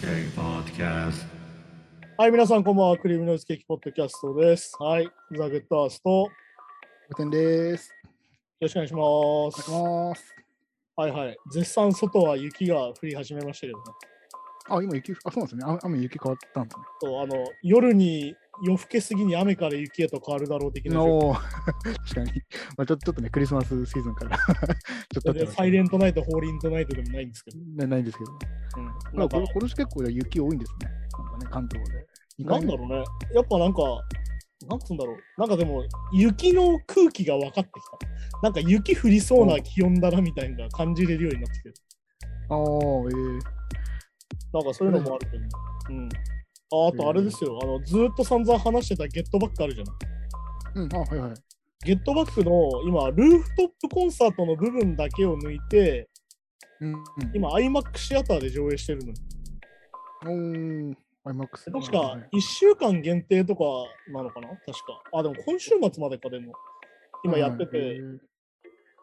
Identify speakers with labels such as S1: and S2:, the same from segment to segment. S1: Cake Podcast.
S2: はい、皆さん、こんばんは。クリームノイズケーキポッドキャストです。はい、ザ・グッドアースト、よ
S3: おてんです。
S2: ろしくお願いしま
S3: お
S2: す。
S3: 願いします。
S2: はいはい、絶賛外は雪が降り始めましたけどね。
S3: あ、今雪、あ、そうなんですね。雨、雨雪変わったんですね。
S2: そうあの夜に夜更けすぎに雨から雪へと変わるだろう的な状況。
S3: おー 確かに。まあ、ちょちょっとね、クリスマスシーズンから 、ちょっと
S2: それ
S3: 経って
S2: で
S3: ま
S2: サ
S3: す
S2: イ
S3: ね
S2: レントナイト、ホーリントナイトでもないんですけど。
S3: なないんですけど。
S2: うん、
S3: ま
S2: な
S3: あ、
S2: んか
S3: これ今年結構雪多いんですね。なんかね、関東で。二
S2: な
S3: 回
S2: ん
S3: 目
S2: だろうね。やっぱなんか、なんつうんだろう。なんかでも、雪の空気が分かってきた。なんか雪降りそうな気温だなみたいなのが感じれるようになってきてる。
S3: ああ、ええ
S2: なんかそういうのもあるけど、ね。うん。ああとあれですよ、あのずーっと散々話してたゲットバックあるじゃない。
S3: うん、あ、はいはい。
S2: ゲットバックの今、ルーフトップコンサートの部分だけを抜いて、
S3: うん、うん。
S2: 今、IMAX シアターで上映してるのに。
S3: おー、IMAX。
S2: 確
S3: は
S2: か
S3: いはい
S2: 1週間限定とかなのかな確か。あ、でも今週末までか、でも。今やってて、
S3: はいはいえー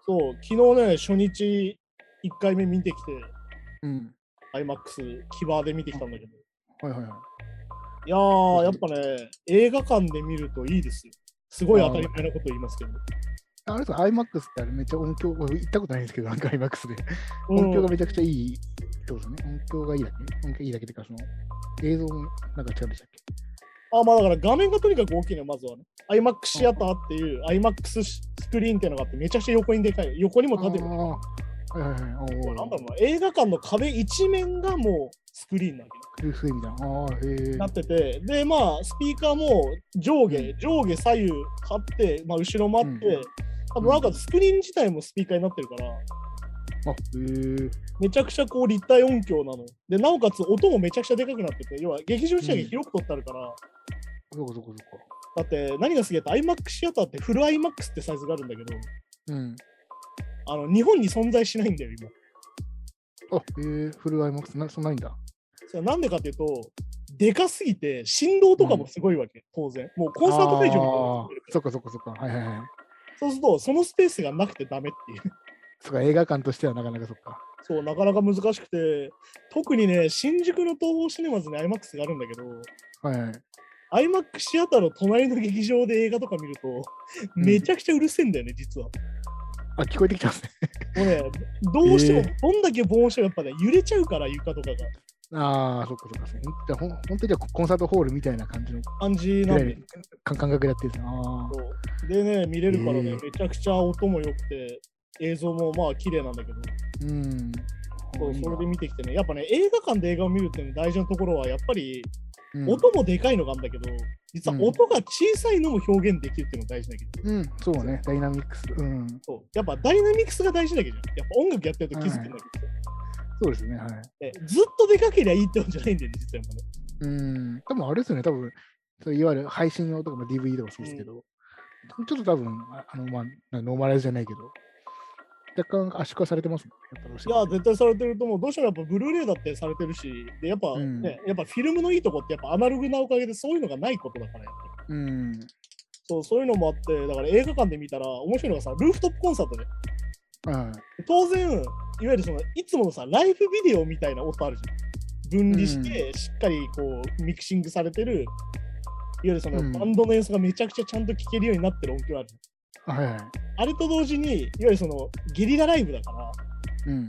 S2: そう、昨日ね、初日1回目見てきて、
S3: うん。
S2: IMAX 木場で見てきたんだけど。
S3: はいはいはい。
S2: いやー、やっぱね、映画館で見るといいですよ。すごい当たり前なこと言いますけど。
S3: あれですか、IMAX ってあれめっちゃ音響、俺行ったことないんですけど、なんか IMAX で。
S2: うん
S3: 音響がめちゃくちゃいいってことね。音響がいいだけ音響いいだけっていうか、その映像もなんか違うんでしたっけ
S2: あ、まあだから画面がとにかく大きいのよ、まずはね。IMAX シアターっていう IMAX スクリーンっていうのがあって、めちゃくちゃ横にでかいよ。横にも縦にも。
S3: あーはいはいはい。お
S2: もう
S3: ー
S2: なんだろうな、映画館の壁一面がもうスクリーンなわけよ
S3: クルースみたいな。ああ、へえ。
S2: なってて、で、まあ、スピーカーも上下、
S3: う
S2: 上下左右あって、まあ、後ろもあって、
S3: うん
S2: あとなんかスクリーン自体もスピーカーになってるから、
S3: あ、へえ。
S2: めちゃくちゃこう立体音響なの。で、なおかつ音もめちゃくちゃでかくなってて、要は劇場自体が広く取ってあるから、
S3: そこそこそこ。
S2: だって何がすげえって iMac シアターってフル iMac ってサイズがあるんだけど、
S3: うん。
S2: あの日本に存在しないんだよ、今。
S3: あ、へえ、フル IMAX な、そんないんだ。
S2: それはなんでかっていうと、でかすぎて振動とかもすごいわけ、当然。もうコンサート会場みたいなの
S3: あ
S2: が
S3: あ
S2: 作れるか
S3: そっかそっかそっか。はいはいはい。
S2: らそうすると、そのスペースがなくてダメっていう。
S3: そっか、映画館としてはなかなかそっか。
S2: そう、なかなか難しくて、特にね、新宿の東宝シネマズに IMAX があるんだけど、
S3: はいはい。
S2: iMAX シアターの隣の劇場で映画とか見ると、
S3: うん
S2: めちゃくちゃうるせえんだよね、実は。も
S3: あ、聞こえてきたんですね。
S2: うね、どうしても
S3: え、
S2: どんだけ防音してもやっぱね、揺れちゃうから、床とかが。
S3: ああ、そっかそっか。そうじゃあ、ほん本当にじゃあコンサートホールみたいな感じの
S2: 感じ
S3: ぐ
S2: なん
S3: ら
S2: で
S3: いで感感覚でやってるんですね。あ
S2: そうでね、見れるからね、
S3: えー
S2: めちゃくちゃ音も良くて、映像もまあ綺麗なんだけど、
S3: あ。うん。
S2: そう
S3: いい
S2: そ
S3: な
S2: れで見てきてね、やっぱね、映画館で映画を見るっていうの大事なところは、やっぱり
S3: うん
S2: 音もでかいのがあるんだけど、実は
S3: うん
S2: 音が小さいのも表現できるっていうのが大事だけど、
S3: うん、そうね、ダイナミックス。うん、
S2: そうやっぱダイナミクスが大事だけど、やっぱ音楽やってると気づくんだけど、
S3: そうですね、はい。
S2: えずっとでかけりゃいいってことじゃないんだよね、実はやっぱね。
S3: うん、多分あれですよね、多分そういわゆる配信用とかも DVD とかそうですけど、ちょっと多分ああの、まあ、なノーマライズじゃないけど、若干圧縮はされてますもんね、やっぱどうして
S2: いや、
S3: も
S2: 絶対されてると思う。どうしてもやっぱブルーレイだってされてるし、で、やっぱ、ね
S3: うん
S2: やっぱフィルムのいいとこってやっぱアナログなおかげでそういうのがないことだから、やっぱり
S3: うん。
S2: そうそういうのもあって、だから映画館で見たら面白いのがさ、ルーフトップコンサートで、
S3: はい
S2: 当然、いわゆるそのいつものさ、ライブビデオみたいな音あるじゃん。分離して、しっかりこうミキシングされてる、いわゆるその
S3: うん
S2: バンドの演奏がめちゃくちゃちゃんと聴けるようになってる音響あるじ
S3: はいはい。
S2: ゃん。あれと同時に、いわゆるそのゲリラライブだから、
S3: うん。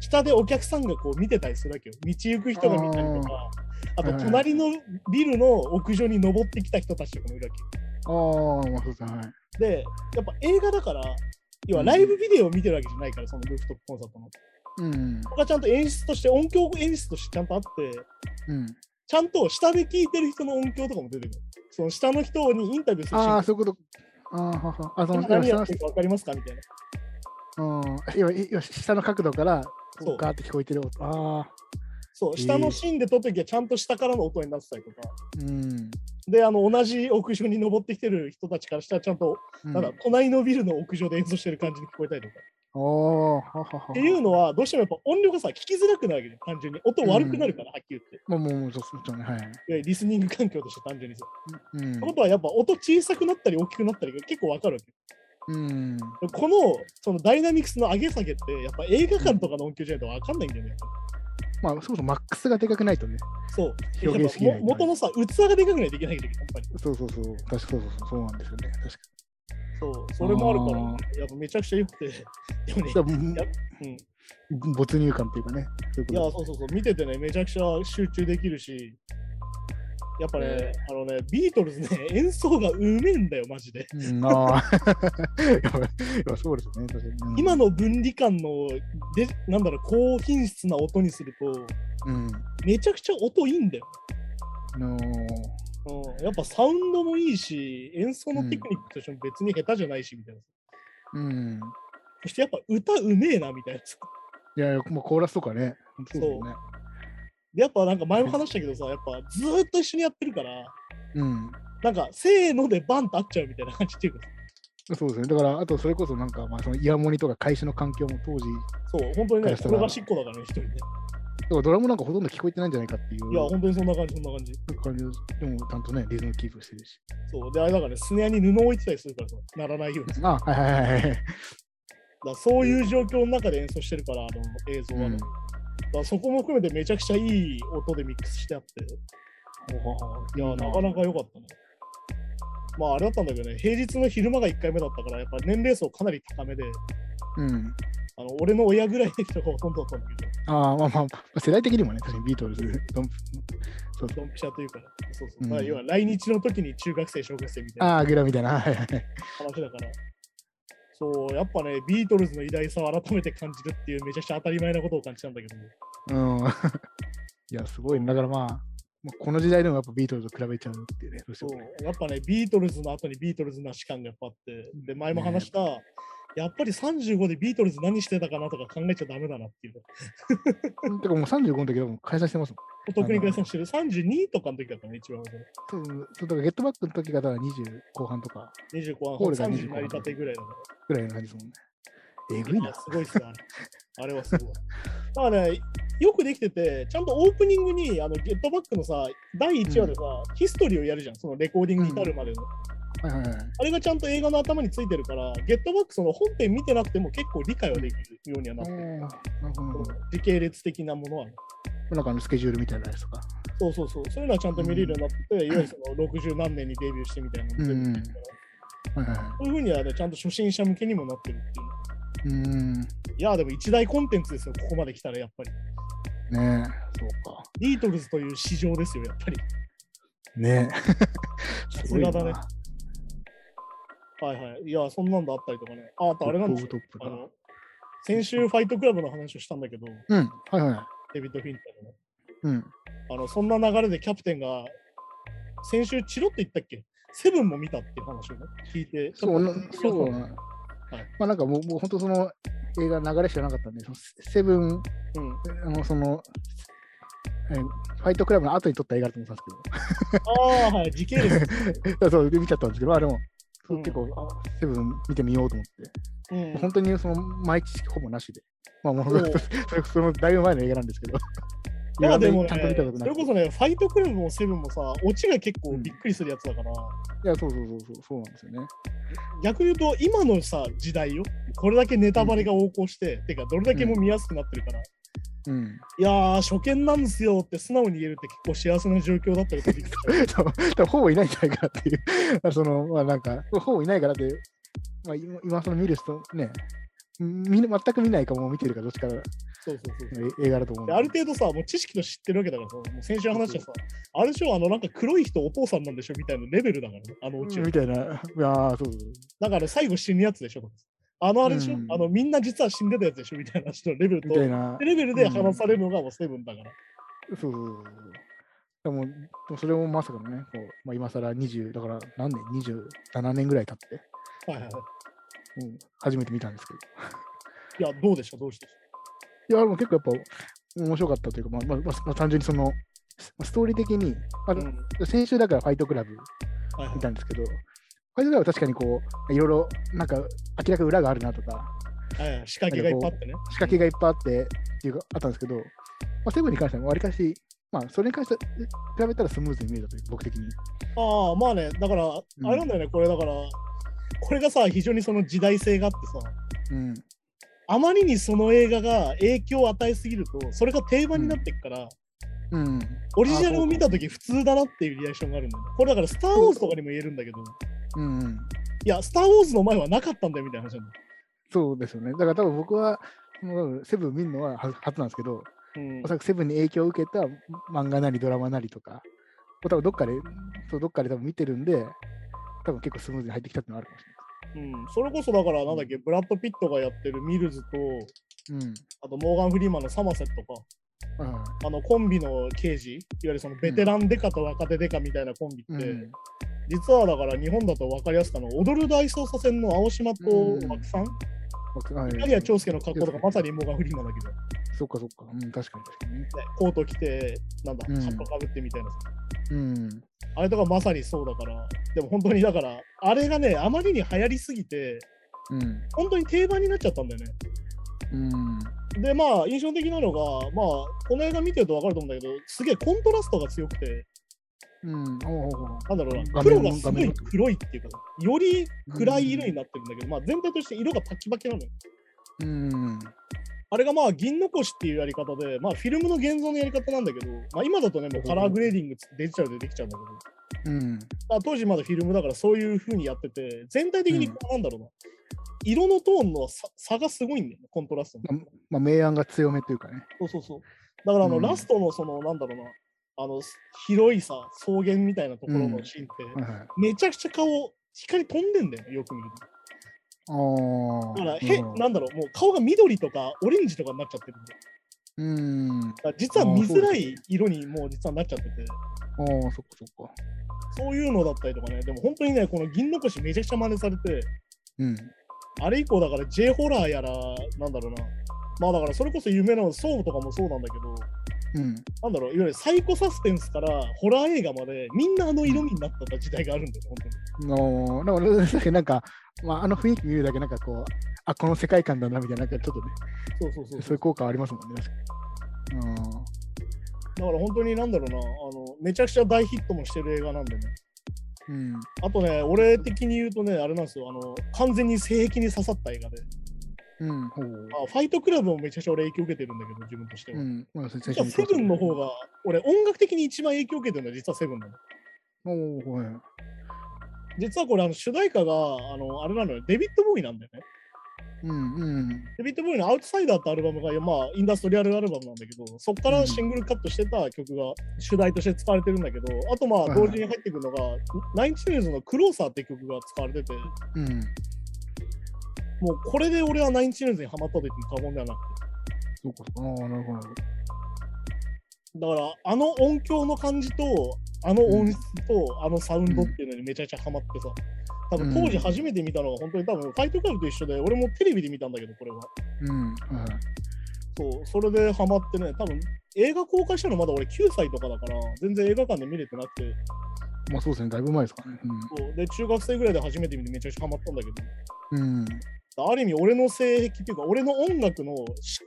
S2: 下でお客さんがこう見てたりするわけよ。道行く人が見たりとか、あと
S3: ーはいはい
S2: 隣のビルの屋上に登ってきた人たちとかもいるわけよ。
S3: ああ、まあそうですね、はい。
S2: で、やっぱ映画だから、要はライブビデオを見てるわけじゃないから、そのルーフトップコンサートの。
S3: うん。
S2: ここがちゃんと演出として、音響演出としてちゃんとあって、
S3: うん、
S2: ちゃんと下で聞いてる人の音響とかも出てくる。その下の人にインタビューするシーン
S3: ああ、そういうこと。あーははあ、その
S2: 今
S3: 今
S2: 何や
S3: 下
S2: ってるか分かりますかみたいな。
S3: のうん今今下の角度から
S2: そう
S3: ガーって聞こえてる音。ああ、
S2: そう、
S3: えー
S2: 下のシーンで撮ってきはちゃんと下からの音になってたりとか。
S3: うん。
S2: で、あの、同じ屋上に登ってきてる人たちからしたら、ちゃんと、
S3: うん
S2: なんだ、隣のビルの屋上で演奏してる感じに聞こえたりとか。
S3: おお、ははは。
S2: っていうのは、どうしてもやっぱ音量がさ、聞きづらくなるわけで、単純に。音悪くなるから、はっきり言って。
S3: もう、もう、もうそうそうですよね、はい。
S2: いわゆるリスニング環境として単純にさ。
S3: うん
S2: ってことはやっぱ音小さくなったり大きくなったりが結構わかるわけ。
S3: うん。
S2: このそのダイナミクスの上げ下げってやっぱ映画館とかの音響じゃないとわかんないんだよね。
S3: まあ、そもそもマックスがでかくないとね。
S2: そう。やっ
S3: 表現しきれな
S2: ぱ
S3: い
S2: も元のさ、器がでかくないといけないんだけど、やっぱり。
S3: そうそうそう。確かそうそうそうそうなんですよね。確か
S2: そう、それもあるから、やっぱめちゃくちゃ良くて。でもね
S3: に。、だから
S2: うん。い
S3: ぼ没入感っていうかね。そういう
S2: や、
S3: こ
S2: そうそうそう、見ててね、めちゃくちゃ集中できるし、やっぱね、あのね、ビートルズね、演奏がうめえんだよ、マジで。
S3: と。うん、ああ。 やっぱやっぱそうですよね。確かに。うん
S2: 今、の分離感ので、なんだろう、高品質な音にすると、
S3: うん。
S2: めちゃくちゃ音いいんだよ。
S3: あのー
S2: うん、やっぱサウンドもいいし、演奏のテクニックとしても別に下手じゃないし、みたいな。
S3: うん。
S2: そしてやっぱ歌うめえな、みたいな。
S3: いやいや、まあ、コーラスとかね。そうですよね。
S2: で、やっぱなんか前も話したけどさ、やっぱずーっと一緒にやってるから、
S3: うん。
S2: なんか、せーのでバンと合っちゃうみたいな感じっていうか、
S3: そうですね。だから、あとそれこそなんか、まあ、そのイヤモニとか会社の環境も当時、
S2: そう、本当にね、
S3: 彼氏と
S2: 転
S3: な
S2: がしっこだからね、一人で。
S3: だからドラムなんかほとんど聞こえてないんじゃないかっていう
S2: いや、本当にそんな感じ、そんな感じ。
S3: 感じでも、ちゃんとね、リズムキープしてるし。
S2: そう、で、あれだからね、スネアに布を置いてたりするからさ、ならないように。だか
S3: あ、はいはいはいはい。
S2: らそういう状況の中で演奏してるから、あの映像はね。
S3: うん
S2: だからそこも含めてめちゃくちゃいい音でミックスしてあって、いや、なかなか良かったね。まあ、あれだったんだけどね、平日の昼間が1回目だったから、やっぱ年齢層かなり高めで、
S3: うん。
S2: あの俺の親ぐらいの人がほとんどだったんだけど、
S3: ああ、まあまあまあ、世代的にもね、確かにビートルズ、ドンそうそ
S2: ドンピシャというか、そうそう。
S3: うん
S2: だから要は来日の時に中学生、小学生みたいな
S3: う。。ああ、グラみたいな。はいはいはい。
S2: 話だから。そう、やっぱね、ビートルズの偉大さを改めて感じるっていう、めちゃくちゃ当たり前なことを感じたんだけども、
S3: うん。 いや、すごいね。だからまあ、まあこの時代でもやっぱビートルズと比べちゃうっていうね。どうして
S2: そ
S3: もね
S2: う、やっぱね、ビートルズの後にビートルズなし感がやっぱあって、で、前も話した、やっぱり35でビートルズ何してたかなとか考えちゃダメだなっていう。
S3: うんてかもう35の時はもう解散してますもん。
S2: お得に計算してる。32とかの時だったね、一番上。
S3: 多分そうだからゲットバックの時がだから20後半とか
S2: 25
S3: ホール
S2: は
S3: が
S2: 30
S3: 25
S2: 成り立てぐらいだか
S3: ぐらいの感じですもんね。えぐい
S2: ら。
S3: な
S2: あ。すごいっすよ、あれ。あれはすごい。だからね、よくできてて、ちゃんとオープニングに、あの、ゲットバックのさ、第1話でさ、ヒストリーをやるじゃん、そのレコーディングに至るまでの。
S3: はいはいはい。
S2: あれがちゃんと映画の頭についてるから、ゲットバックその本編見てなくても結構理解はできるようにはなってる。
S3: なるほど。
S2: 時系列的なものは、ね、
S3: なんかあのスケジュールみたいなやつとか。
S2: そうそうそう、そういうのはちゃんと見れるようになってて、いわゆるその60何年にデビューしてみたいなのも全部見れるから
S3: はいはいは
S2: そういうふうにはね、ちゃんと初心者向けにもなってるっていう。
S3: い。うーん。ね
S2: いやー、でも一大コンテンツですよ、ここまで来たらやっぱり。
S3: え。そうか。
S2: ビートルズという市場ですよ、やっぱり。
S3: ね
S2: さ
S3: え。
S2: すがだねはいはい。いやー、そんなんだあったりとかね。あ、あとあれなんですよ。
S3: トップト
S2: あ
S3: ップだ。
S2: の先週、ファイトクラブの話をしたんだけど、
S3: うん。はいはい。
S2: デビッド・フィンターのね。
S3: うん。
S2: あのそんな流れでキャプテンが先週チロって言ったっけセブンも見たっていう話をね聞いて
S3: そうな、
S2: ち
S3: そ
S2: ょっと
S3: うな。まあなんかもう、もう本当その映画流れしかなかったんで、そのセブン、
S2: うん、あ
S3: あの、その、えーファイトクラブの後に撮った映画だと思ってた
S2: あはい時系列、
S3: んですけど、そう、で見ちゃったんですけど、まあでも、そう
S2: うん
S3: 結構、あセブン見てみようと思って、
S2: うん、
S3: 本当にその前知識ほぼなしで、まあもう、
S2: おう
S3: それそのだいぶ前の映画なんですけど、
S2: まあでも
S3: ちゃん
S2: ね
S3: と見たこ
S2: そ
S3: とな
S2: れ
S3: くて
S2: こそねファイトクラブもセブンもさオチが結構びっくりするやつだから、
S3: いや、そうそうそうそう、そうなんですよね。
S2: 逆に言うと今のさ時代よこれだけネタバレが横行して、てかどれだけも見やすくなってるから、
S3: うん。
S2: いやー初見なんですよって素直に言えるって結構幸せな状況だったりとか
S3: 多分多分ほぼいないんじゃないかなっていう、 あその、まあなんか、ほぼいないからって、まあ今、今その見る人、ね、み全く見ないかもう見てるかどっちかの
S2: そうそうそう
S3: え映画だと思うん
S2: で
S3: で。
S2: ある程度さ、もう知識と知ってるわけだからさ、もう先週話したさ、あれでしょ、あのなんか黒い人お父さんなんでしょみたいなレベルだからね、あのオチは。
S3: みたいな。い やーそうそう
S2: だから最後死ぬやつでしょ。あのあれでしょ、
S3: うん
S2: あのみんな実は死んでたやつでしょみたいな人のレベルと
S3: み、たいな
S2: で。レベルで話されるのがもうセブンだから。
S3: そうそうそうそう。でも、でもそれもまさかのね、こうまあ、今更20、だから何年 ?27 年ぐらい経って、
S2: はいはいは
S3: うん、初めて見たんですけど。
S2: い。いや、どうでしたどうして
S3: いや、でも結構やっぱ面白かったというか、まあまあまあまあ、単純にその、スストーリー的に、まあ
S2: うんは
S3: 先週だからファイトクラブ
S2: いはい
S3: 見たんですけど、ファイトクラブは確かにこう、いろいろなんか明らかに裏があるなとか、
S2: はいはい仕掛けがいっぱいあってね。
S3: 仕掛けがいっぱいあってっていうかあったんですけど、まあ、セブンに関してはわりかし、まあ、それに関して比べたらスムーズに見えたという、僕的に。
S2: ああ、まあね、だから、
S3: ん
S2: あれなんだよね、これだから、これがさ、非常にその時代性があってさ、
S3: うん。
S2: あまりにその映画が影響を与えすぎると、それが定番になってくから、
S3: うん。
S2: オリジナルを見たとき普通だなっていうリアクションがあるんだよね。これだから、スター・ウォーズとかにも言えるんだけど、
S3: うんうん。
S2: いや、スター・ウォーズの前はなかったんだよみたいな話なんだよ。
S3: そうですよね。だから多分僕は、もうセブン見るのはは初なんですけど、
S2: うん
S3: おそらくセブンに影響を受けた漫画なりドラマなりとか、多分どっかで、そうどっかで多分見てるんで、多分結構スムーズに入ってきたってのはあるかもし
S2: うん、それこそだから、なんだっけ、ブラッド・ピットがやってるミルズと、
S3: れない。
S2: あとモーガン・フリーマンのサマセットか、
S3: うん。うん
S2: あのコンビの刑事、いわゆるそのベテランデカと若手デカみたいなコンビって、
S3: うん
S2: 実はだから日本だと分かりやすかの踊る大捜査線の青島と
S3: うん
S2: 枠さん、
S3: 僕あ
S2: キャリア長介の格好とか
S3: うん
S2: まさにモーガン・フリーマンだけど、ね、
S3: そっかそっか。うん、確かに確かにね。
S2: コート着て、なんだ、
S3: うん
S2: カッパかぶってみたいなさ、
S3: うん。
S2: あれとかまさにそうだから、でも本当にだから、あれがね、あまりに流行りすぎて、
S3: うん。
S2: 本当に定番になっちゃったんだよね。
S3: うん。
S2: でまあ印象的なのが、まあ、この映画見てると分かると思うんだけどすげえコントラストが強くて
S3: うん。おうおうおう
S2: なんだろうな
S3: 画
S2: 黒
S3: 面
S2: がすご
S3: 画
S2: い
S3: 面
S2: 黒いっていうかより暗い色になってるんだけど、まあ、全体として色がパキパキなのよ
S3: うん。
S2: あれがまあ銀残しっていうやり方で、まあ、フィルムの現像のやり方なんだけど、まあ、今だとねもうカラーグレーディングデジタルでできちゃうんだけど、
S3: うん。
S2: まあ、当時まだフィルムだからそういう風にやってて全体的にこうなんだろうな、色のトーンの差差がすごいんだよねコントラストの。
S3: まあ、明暗が強めというかね。
S2: そうそうそう。だからあの、
S3: うん
S2: ラストのそのなんだろうな、あのす広いさ、草原みたいなところ
S3: う
S2: の
S3: ん
S2: シーンって、
S3: はいはい。
S2: めちゃくちゃ顔、光飛んでんだよね、よく見ると。だ
S3: ああ。
S2: から、
S3: な
S2: へ
S3: るほど
S2: なんだろう、もう顔が緑とかオレンジとかになっちゃってるんだよ。
S3: うん。
S2: だから実は見づら
S3: あーそうです
S2: い色にもう実はなっちゃってて、
S3: ああ、そっかそっか。
S2: そういうのだったりとかね、でも本当にね、この銀の腰めちゃくちゃ真似されて、
S3: うん。
S2: あれ以降だから J ホラーやら、なんだろうな、まあだからそれこそ有名なの、ソームとかもそうなんだけど、
S3: うん。
S2: なんだろう、いわゆるサイコサスペンスからホラー映画まで、みんなあの色味になった時代があるんだよ、本当に。
S3: のだから さっきなんか、まあ、あの雰囲気見るだけなんかこう、あこの世界観だなみたいな、なんかちょっとね、
S2: そうそうそう
S3: そういう効果ありますもんね、確かに。
S2: だから本当になんだろうな、あの、めちゃくちゃ大ヒットもしてる映画なんでね。
S3: うん。うん
S2: あとね、俺的に言うとね、あれなんですよ、あの、完全に性癖に刺さった映画で、
S3: うん。ほう。
S2: あ、ファイトクラブもめちゃくちゃ俺影響受けてるんだけど、自分としては。
S3: うん。まあ、それ最
S2: じゃあセブンの方が、俺音楽的に一番影響受けてるのは実はセブンなの。
S3: おおー、はい。
S2: 実はこれ、あの主題歌が、あの、あれなのよ、デビッド・ボーイなんだよね。
S3: うんうん。
S2: デビッド・ボーイの「アウトサイダー」ってアルバムが、まあ、インダストリアルアルバムなんだけど、そこからシングルカットしてた曲が主題として使われてるんだけど、あとまあ、
S3: はいはい
S2: 同時に入ってくるのが、ナインチネルズの「クローサー」って曲が使われてて、
S3: うん。
S2: もうこれで俺はナインチネルズにハマったと言っても過言ではなくて。
S3: そうか、そうか。ああ、なるほどなるほど。
S2: だから、あの音響の感じと、あの音質と、あのサウンドっていうのにめちゃくちゃハマってさ、多分当時初めて見たのが、本当に多分、ファイトクラブと一緒で、俺もテレビで見たんだけど、これは。
S3: うん。はい。
S2: そう、それでハマってね、多分映画公開したのまだ俺9歳とかだから、全然映画館で見れてなくて、
S3: まあ、そうですね、だいぶ前ですからね。
S2: そうで中学生ぐらいで初めて見てめちゃくちゃハマったんだけ
S3: うん。うん。
S2: ど、ある意味俺の性癖っていうか、俺の音楽のし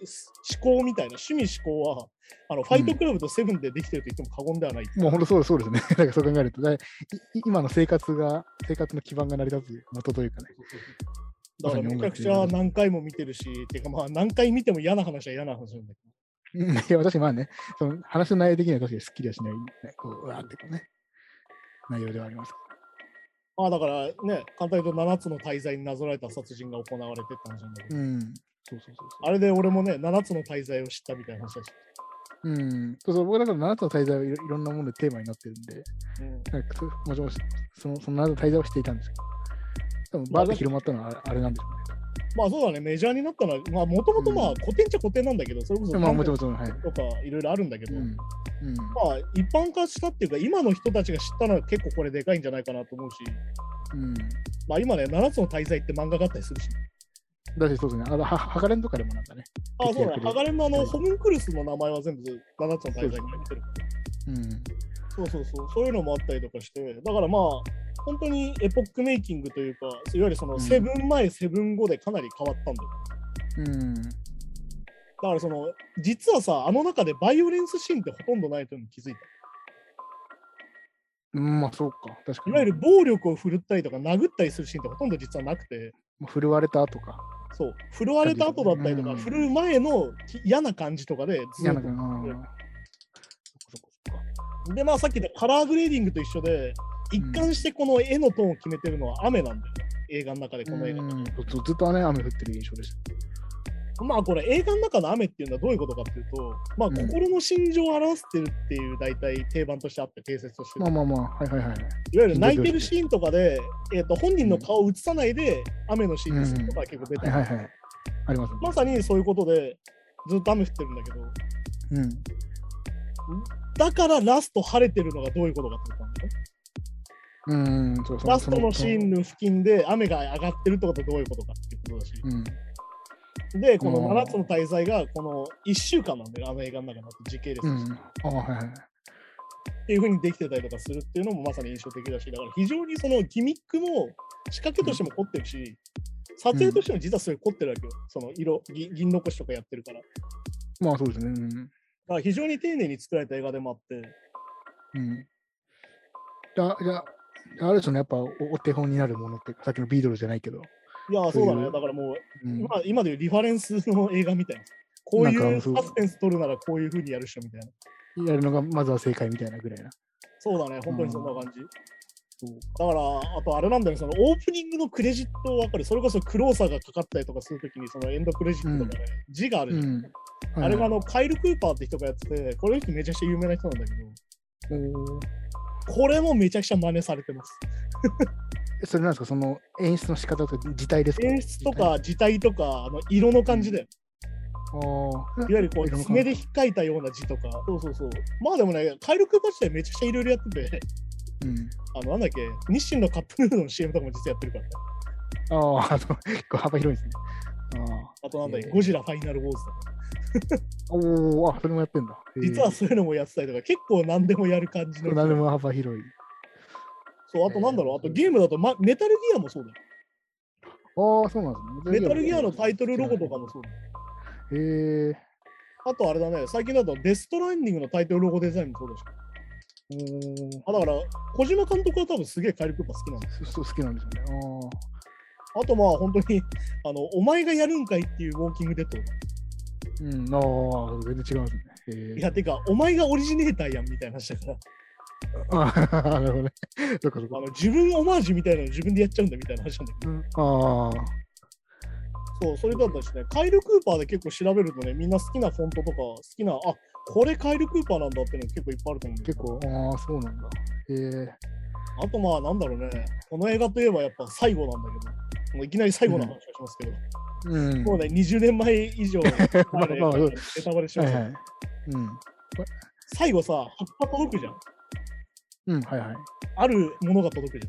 S2: 思考みたいな、趣味思考は、あのファイトクラブとセブンでできてると言っても過言ではない。
S3: もうほんとそうそうですね。 なんかそう考えると、だいい今の生活が、生活の基盤が成り立つ元というかね。
S2: だからめちゃくちゃ何回も見てるし、っていうかまあ何回見ても嫌な話は嫌な話なんだけど。
S3: うんい や、私、まあね、その話の内容的には確かにスッキリはしない、ね、こう、うわーってこうね、内容ではあります。
S2: まあだからね、簡単に言うと7つの滞在になぞらえた殺人が行われてって話なんだけど、
S3: うん。そうそうそう
S2: あれで俺もね、7つの滞在を知ったみたいな話だし。
S3: そう。うん。そうそう、僕だから7つの滞在はいろいろんなものでテーマになってるんで、
S2: うん
S3: なんかそもちろんその、その7つの滞在をしていたんですよ。でも、バーッと広まったのはあれあれなんでしょ
S2: まあそうだね、メジャーになったのは、まあもともとま
S3: う
S2: あ
S3: ん
S2: 古典っちゃ古典なんだけど、それこ
S3: う
S2: そ
S3: ね。まあ、もちろん、もちろん、はい。
S2: とかいろいろあるんだけ
S3: う
S2: ど、
S3: ん。
S2: ま
S3: うん。
S2: あ一般化したっていうか、今の人たちが知ったのは結構これでかいんじゃないかなと思うし、
S3: うん。
S2: まあ今ね、7つの滞在って漫画があったりするし、
S3: だし、そうですね。あの、は、はがれんとかでもなんかね。
S2: あそうだね、ハガレンもあ
S3: は
S2: の、
S3: い
S2: ホムンクルスの名前は全部7つの滞在に入ってるから、
S3: うん。
S2: そうそうそう、そういうのもあったりとかして、だからまあ、本当にエポックメイキングというか、いわゆるその
S3: うん
S2: セブン前、セブン後でかなり変わったんだよ。
S3: うん。
S2: だからその、実はさ、あの中でバイオレンスシーンってほとんどないというのに気づいた。
S3: うん、まあ、そうか。確かに。
S2: いわゆる、暴力を振るったりとか殴ったりするシーンってほとんど実はなくて、
S3: まあ、振るわれたとか。
S2: そう、振るわれた後だったりとか、
S3: うん
S2: 振る前のき嫌な感じとかでず
S3: 嫌
S2: っ
S3: な
S2: と
S3: 感じ。うんそっかそっか
S2: で、まあさっき言ったカラーグレーディングと一緒で、一貫してこの絵のトーンを決めてるのは雨なんだよね、映画の中で、この映画。
S3: うんずずっとね、雨降ってる印象でし
S2: まあこれ映画の中の雨っていうのはどういうことかっていうと、まあ
S3: うん
S2: 心の心情を表してるっていう大体定番としてあって定説として
S3: た。まあまあまあ、はいはいはい。
S2: いわゆる泣いてるシーンとかで、えー、と本人の顔を映さないで雨のシーンにすることが結構出て
S3: はい
S2: る、
S3: はいはい。ありますね。
S2: まさにそういうことでずっと雨降ってるんだけど
S3: うん。
S2: だからラスト晴れてるのがどういうことかってことなんだよね
S3: うん、そうそう。
S2: ラストのシーンの付近で雨が上がってるってことはどういうことかっていうことだし、
S3: うん。
S2: でこの
S3: うん
S2: 7つの滞在がこの1週間なんだよあの映画の中の時系列と
S3: う
S2: して
S3: ん。ああ、はいはい。
S2: っていう風にできてたりとかするっていうのもまさに印象的だし、だから非常にそのギミックも仕掛けとしても凝ってるし、撮影としても実はすごい凝ってるわけよ。その色、ぎ銀残しとかやってるから。だ
S3: まあそうですね。うん。
S2: から非常に丁寧に作られた映画でもあって、
S3: うん。だじゃああれですよね、やっぱおお手本になるものっていうか、さっきのビートルズじゃないけど。
S2: いやー、
S3: そ
S2: そう
S3: いう
S2: うだね。だからもう、
S3: うん。
S2: まあ今でいうリファレンスの映画みたいな。こうい
S3: なん
S2: う
S3: かそう
S2: サスペンス撮るならこういう風にやるっしょみたいな。
S3: やるのがまずは正解みたいなぐらいな。
S2: そうだね、本当にそんな感じ。
S3: そう
S2: だから、あとあれなんだよね、そのオープニングのクレジットわかる、それこそクローサーがかかったりとかするときに、そのエンドクレジットとかね、字があるじゃん
S3: ん。
S2: あれがあのカイル・クーパーって人がやってて、これ人めちゃくちゃ有名な人なんだけど、
S3: おー
S2: これもめちゃくちゃ真似されてます。
S3: それなんですか、その演出の仕方とか、自体ですか
S2: 演出と。か字体とか、あの色の感じで、
S3: ああ。
S2: いわゆるこう
S3: 色の感じ
S2: 爪で引っかいたような字とか、そうそうそう。まあでもね、カイル・クーパー自体めちゃくちゃいろいろやって て、
S3: うん。
S2: あのなんだっけ、日清のカップヌードルの CM とかも実はやってるからね、
S3: ああ、そう 結構幅広いですね。ああ。
S2: あとなんだっけ、
S3: えー
S2: ゴジラ・ファイナル・ウォーズとか、
S3: おお、あ、それもやってんだ。へー
S2: 実はそういうのもやってたりとか、結構何でもやる感じの。
S3: 何でも幅広い。
S2: そう、あとなんだろう、あとゲームだと、ま、メタルギアもそうだよ。
S3: ああ、そうなんですね。
S2: メタルギアのタイトルロゴとかもそうだよ。
S3: へえ。
S2: あとあれだね、最近だとデストランディングのタイトルロゴデザインもそうだし。
S3: おー
S2: あだから、小島監督は多分すげえカイル・クーパー好きなんだよ。
S3: そそう好きなんですよね。
S2: あとまあ本当に、あの、お前がやるんかいっていうウォーキングデッドだ。
S3: ああ、うん、ああ、全然違うんですね。へえ
S2: いや、てか、お前がオリジネーターやんみたいな話だから、
S3: ああ、なるほどね。 そっかそっ
S2: あ
S3: か
S2: の自分オマージュみたいなの自分でやっちゃうんだみたいな話なんだけ
S3: うん。ああ、
S2: ど、そう、それだったしね、カイル・クーパーで結構調べるとね、みんな好きなフォントとか、好きな、あこれカイル・クーパーなんだっていうの結構いっぱいあると思うんだけ
S3: 結
S2: ど
S3: 構、ああ、そうなんだ。へえ。
S2: あとまあ、なんだろうね、この映画といえばやっぱ最後なんだけど、もういきなり最後の話をしますけど、
S3: うん。
S2: もうね、20年前以上、
S3: まあまあ
S2: あれネタバレします
S3: はい
S2: け
S3: は
S2: ど
S3: い。うん。
S2: 最後さ、葉っぱ届くじゃん。
S3: うん、はいはい。
S2: あるものが届くじ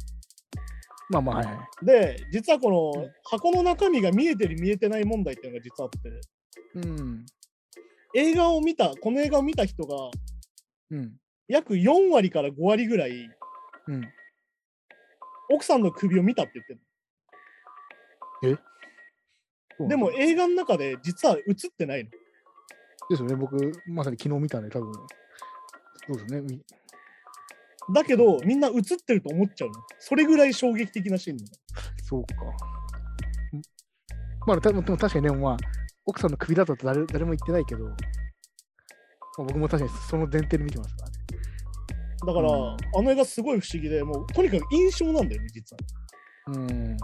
S3: まあまあ、はいはい。
S2: ゃん。で、実はこの箱の中身が見えてる見えてない問題っていうのが実はあって、
S3: うん。
S2: 映画を見た、この映画を見た人が
S3: うん。
S2: 約4割から5割ぐらい
S3: うん。
S2: 奥さんの首を見たって言ってる。
S3: そう
S2: でも
S3: で
S2: 映画の中で実は映ってないの。
S3: すよね、僕、まさに昨日見たんで、多分。そうですね。み
S2: だけど、みんな映ってると思っちゃうの。それぐらい衝撃的なシーンなの。
S3: そうか。んまあ、たでも確かにね、まあ、奥さんの首だと誰誰も言ってないけど、まあ、僕も確かにその前提で見てますからね。
S2: だから、
S3: うん
S2: あの映画すごい不思議で、もうとにかく印象なんだよね、実は。
S3: うん。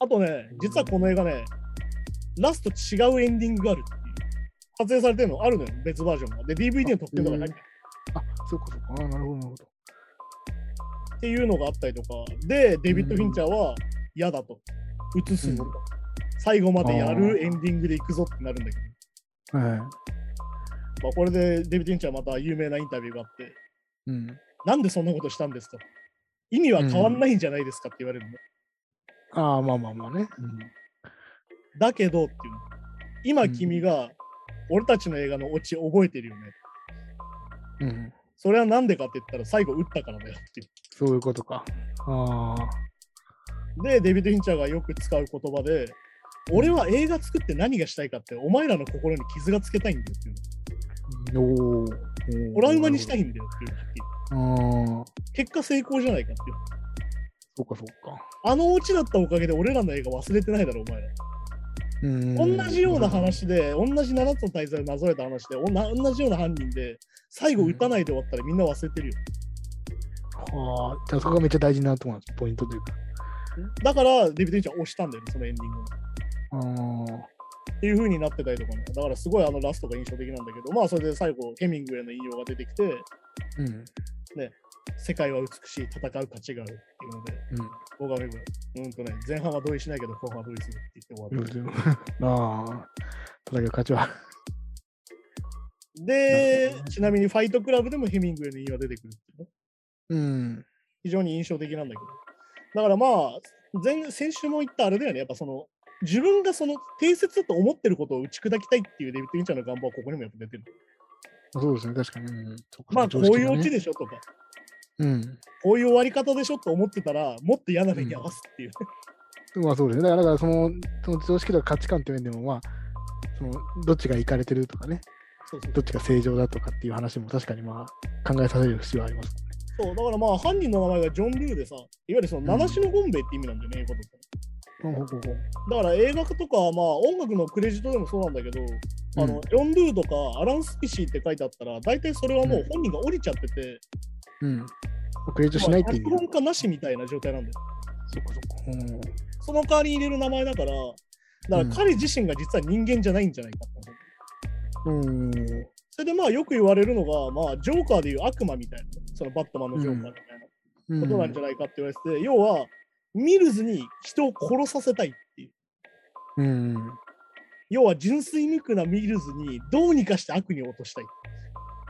S2: あとね、実はこの映画ね、ラスト違うエンディングがあるっていう。撮影されてるのあるのよ、別バージョンが。で、DVD の特典とかに入ってる
S3: あ、そうかそうか。あなるほど、なるほど。
S2: っていうのがあったりとか。で、デビッド・フィンチャーは嫌だと。映すぞと。
S3: うん
S2: 最後までや
S3: あー
S2: るエンディングで行くぞってなるんだけど。
S3: は
S2: まあ、これでデビッド・フィンチャーまた有名なインタビューがあって、
S3: い。うん。
S2: なんでそんなことしたんですか意味は変わんないんじゃないですかって言われるの。
S3: ああ、まあまあまあね。
S2: だけどっていうの。今君が俺たちの映画のオチ覚えてるよね。
S3: うん。うん、
S2: それはなんでかって言ったら最後打ったからだよっていう。
S3: そういうことか。ああ。
S2: で、デビッド・フィンチャーがよく使う言葉で、俺は映画作って何がしたいかって、お前らの心に傷がつけたいんだよっていう。
S3: おお。
S2: トラウマにした
S3: い。
S2: いんだよっていう。
S3: ああー。
S2: 結果成功じゃないかっていう。
S3: そうかそうか。
S2: あのオチだったおかげで俺らの映画忘れてないだろ、お前ら。
S3: うん
S2: 同じような話で、同じ7つの大罪をなぞらえた話で、おな同じような犯人で、最後撃たないで終わったらみんな忘れてるよ。
S3: はあ、じゃあそこがめっちゃ大事なとこなポイントというか。
S2: だから、デビューテンション押したんだよね、そのエンディングの。
S3: あー
S2: っていう風になってたりとかね。だからすごいあのラストが印象的なんだけど、まあそれで最後、ヘミングウェイの引用が出てきて、
S3: うんうん
S2: 世界は美しい、戦う価値があるっていうので、僕はめぐ、うんとね、前半は同意しないけど、後半は同意するって言って終わ
S3: う
S2: る。
S3: ん。 ああ、叩き勝ちは。なる
S2: で
S3: ほど、ね
S2: ちなみにファイトクラブでもヘミングウェイの引用が出てくるっていうね
S3: うん。
S2: 非常に印象的なんだけど。だからまあ、前先週も言ったあれだよね、やっぱその、自分がその定説だと思ってることを打ち砕きたいっていうデビッド・インチャーの願望はここにもやっぱ出てる。
S3: そうですね、確かに。うん、そっか
S2: まあ、こういうオチ。
S3: 常識がね
S2: でしょとか、
S3: うん。
S2: こういう終わり方でしょと思ってたら、もっと嫌な目に合わすっていう。
S3: まあそうですね。だから、だからその、その常識とか価値観という面でも、まあ、その、どっちがいかれてるとかね、
S2: そうそう
S3: どっちが正常だとかっていう話も確かにまあ、考えさせる必要はありますもんね。
S2: そうだからまあ、犯人の名前がジョン・ルーでさ、いわゆるその七種のゴンベイって意味なんだよね、英語だと。
S3: ほうほうほうほう
S2: だから映画化とか、まあ、音楽のクレジットでもそうなんだけど、あのジョン・ルーとかアラン・スピシーって書いてあったら、大体それはもう本人が降りちゃってて、
S3: うん。遅れとしないっていう意
S2: 脚
S3: 味
S2: 本家なしみたいな状態なんだよ。
S3: そっかそっか。
S2: その代わりに入れる名前だから、だから彼自身が実は人間じゃないんじゃないかって思う
S3: うん。うん。
S2: それでまあよく言われるのが、まあ、ジョーカーでいう悪魔みたいな、そのバットマンのジョーカーみたいな。
S3: うん
S2: ことなんじゃないかって言われてて、要はミルズに人を殺させたいっていう
S3: うん。
S2: 要は純粋無垢なミルズにどうにかして悪に落としたい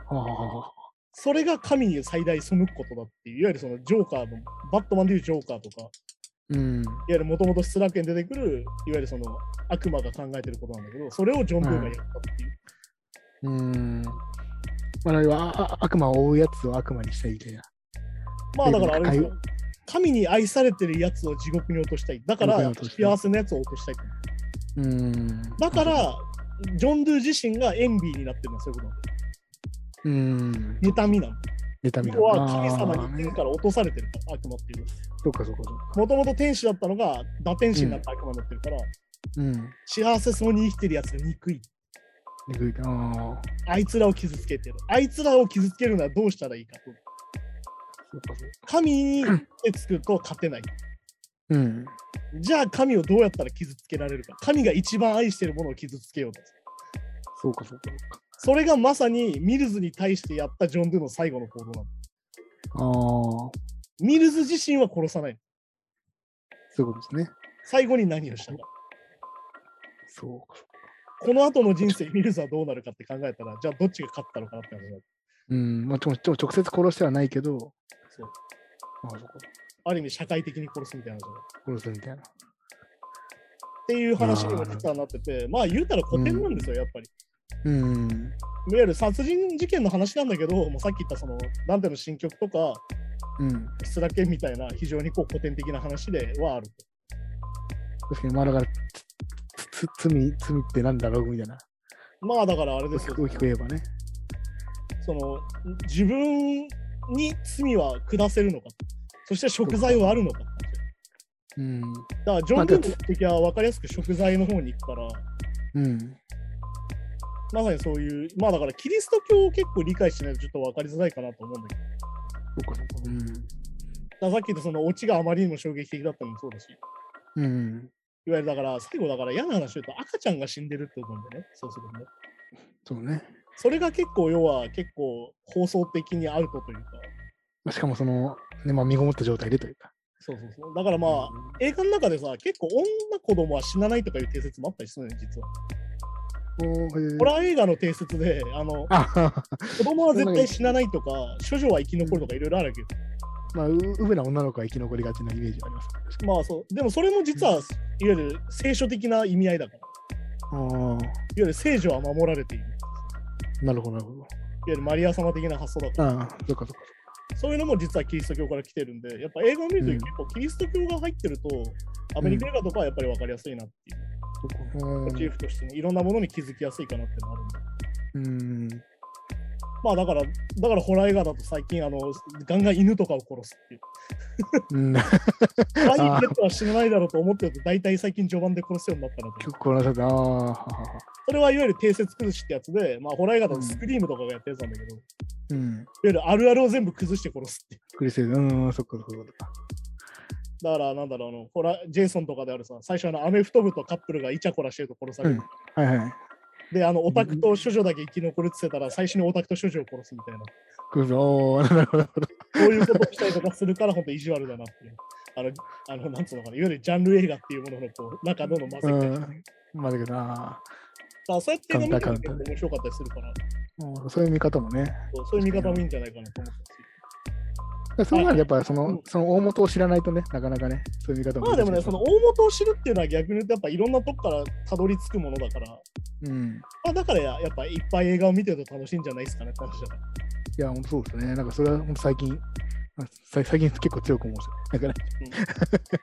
S3: はあはあはあ。
S2: それが神に最大背くことだっていういわゆるそのジョーカーのバットマンでいうジョーカーとかいわ
S3: うん。
S2: ゆるもともと失楽園に出てくるいわゆるその悪魔が考えてることなんだけどそれをジョン・ブーがやったっていう、
S3: うん。まあ、あれはああ悪魔を追うやつを悪魔にしたいみたいな。
S2: まあだからあれですよ
S3: はい
S2: 神に愛されてるやつを地獄に落としたいだから
S3: 地獄に落としたい
S2: 幸せなやつを落としたい
S3: うん。
S2: だからジョン・ドゥ自身がエンビーになってるのはそういうことなんだよ
S3: うん。
S2: 妬みなの
S3: 妬み
S2: 要は神様に天から落とされてるから、悪魔っていうの
S3: そっかそっかそっか。
S2: もともと天使だったのが堕天使になった悪魔になってるから、
S3: うん。
S2: 幸せそうに生きてるやつが憎い。
S3: 憎いかああ。
S2: あいつらを傷つけてる。あいつらを傷つけるのはどうしたらいいかと。
S3: そっかそっか。
S2: 神に手つくと勝てない。
S3: うん。
S2: じゃあ神をどうやったら傷つけられるか。神が一番愛してるものを傷つけようと。
S3: そうかそうかそうか。
S2: それがまさにミルズに対してやったジョン・ドゥの最後の行動なの。
S3: ああ。そ
S2: ミルズ自身は殺さない。
S3: ういうことですね。
S2: 最後に何をしたか。
S3: そうかそうか。
S2: この後の人生、ミルズはどうなるかって考えたら、じゃあどっちが勝ったのかなって話になる
S3: うん。まあ、ちょ、ちょ直接殺してはないけ
S2: そ
S3: ど、
S2: う
S3: ああ、そこ。
S2: ある意味社会的に殺すみたいな話だね
S3: 殺すみたいな。
S2: っていう話にも実はなってて、まあ言うたら古典なんですよ、やっぱり。
S3: うん。
S2: いわゆる殺人事件の話なんだけど、もうさっき言ったその、ダンテの新曲とか、
S3: うん。
S2: 失楽園みたいな非常にこう古典的な話ではある。
S3: 確かに、まあだから、つ、つ、つ罪、罪ってなんだろうみたいな。
S2: まあだからあれですよ、
S3: 大きく言えばね。
S2: その、自分に罪は下せるのか、そして食材はあるのか。
S3: うん。
S2: だから、ジョン・ドゥの目的は分かりやすく食材の方に行くから、
S3: うん。
S2: まさにそういう、まあだからキリスト教を結構理解しないとちょっと分かりづらいかなと思うんだけど。
S3: そうかそうか。
S2: だからさっき言ったそのオチがあまりにも衝撃的だったのもそうだし、
S3: うん。うん。
S2: いわゆるだから最後だから嫌な話を言うと赤ちゃんが死んでるってことなんだよね、そうするとね。
S3: そうね。
S2: それが結構要は結構放送的にアウトというか、
S3: まあしかもその、ね、まあ、身ごもった状態でというか。
S2: そうそうそう。だからまあ、映画の中でさ、結構女子供は死なないとかいう定説もあったりするのよ、実は。
S3: うん、おーへー
S2: ホラー映画の定説で、あの、
S3: あ
S2: 子供は絶対死なないとか、処女は生き残るとかいろいろあるけど、
S3: まあ、ううべな女の子は生き残りがちなイメージがあります。
S2: まあそう、でもそれも実は、いわゆる聖書的な意味合いだから、いわ
S3: ああ、
S2: ゆる聖女は守られている。
S3: なるほど、なるほど。
S2: いわゆるマリア様的な発想だから。
S3: ああ、そっかそっか。
S2: そういうのも実はキリスト教から来てるんで、やっぱ映画を見るとき結構キリスト教が入ってると、アメリカ映画とかはやっぱり分かりやすいなっていう、
S3: そっかう
S2: モチーフとしてね、いろんなものに気づきやすいかなっていうのあるんで、
S3: ん。うん。
S2: まあだから、だからホラー映画だと最近、あの、ガンガン犬とかを殺すっていう。
S3: うん、
S2: 可愛いペットは死なないだろうと思ってると、大体最近序盤で殺すようになったなと。
S3: 結構なさった。あーははは
S2: それはいわゆる定説崩しってやつで、まあホラー映画だとスクリームとかがやってたんだけど、いわ
S3: うん。
S2: ゆるあるあるを全部崩して殺すっていう。
S3: クリステル、うん、そっかそっかそっか。
S2: だから、なんだろう、あの、ホラー、ジェイソンとかであるさ、最初あの、アメフト部とカップルがイチャコラしてると殺される。
S3: はいはい。
S2: で、あの、オタクと処女だけ生き残るって言ってたら、最初にオタクと処女を殺すみたいな。
S3: クリスお ー、なるほどなるほど。
S2: そういうことをしたりとかするから、本当意地悪だなっていう。あの、あのなんつうのかな、いわゆるジャンル映画っていうものの、こう、中どんどん混ぜて、
S3: うん。まあだけどな、
S2: さあそうやっていうの見て
S3: 簡
S2: み
S3: 単
S2: ても面白かったりするから、
S3: もうそういう見方もね。
S2: そうそういう見方もいいんじゃないかなと思ったし。
S3: その前にやっぱりその、
S2: うん
S3: その大元を知らないとね、なかなかね、そういう見方も
S2: まあでもね、その大元を知るっていうのは逆に言うと、やっぱいろんなとこからたどり着くものだから、
S3: うん。
S2: まあ、だからややっぱいっぱい映画を見てると楽しいんじゃないですかね、楽しいじゃない。
S3: いや、本当そうですね。なんかそれは本当最近、あさ最近結構強く思うんですよ。なんかね、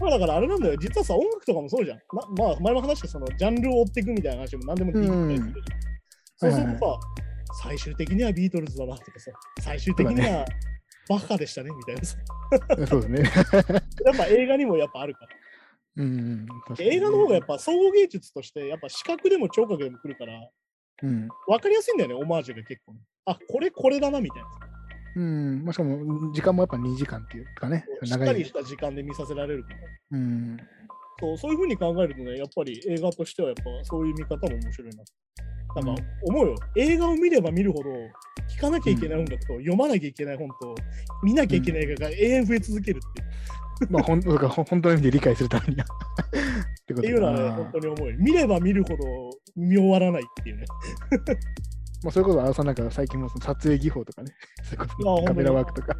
S2: まあだからあれなんだよ、実はさ、音楽とかもそうじゃん。ままあ前も話したそのジャンルを追っていくみたいな話も何でもできるみたいなそうするとさ、最終的にはビートルズだなとかさ、最終的に
S3: そうだ
S2: はバッハでしたねみたいなさ。
S3: そうですね。
S2: やっぱ映画にもやっぱあるから。
S3: うんうん。確かにね
S2: 映画の方がやっぱ総合芸術として、やっぱ視覚でも聴覚でも来るから、
S3: うん。
S2: 分かりやすいんだよね、オマージュが結構ね。あ、これこれだなみたいな。
S3: うん。まあ、しかも、時間もやっぱ2時間っていうかね、
S2: しっ
S3: 長
S2: かり
S3: い。
S2: した時間で見させられるから。
S3: うん。
S2: そうそういうふうに考えるとね、やっぱり映画としてはやっぱそういう見方も面白いな。なんか思うよ、映画を見れば見るほど、聴かなきゃいけない音楽と、読まなきゃいけない本と、見なきゃいけない映画が永遠増え続けるっていう,、
S3: まあ、ほん だからほん本当の意味で理解するためには。 ってこ
S2: って
S3: と
S2: い
S3: だ
S2: うの
S3: な
S2: はね、本当に思うよ。見れば見るほど見終わらないっていうね。
S3: まあ、そういうことは、あやさんなんか最近もその撮影技法とかね、 そういう
S2: いやほんとに
S3: ことカメラワークとか、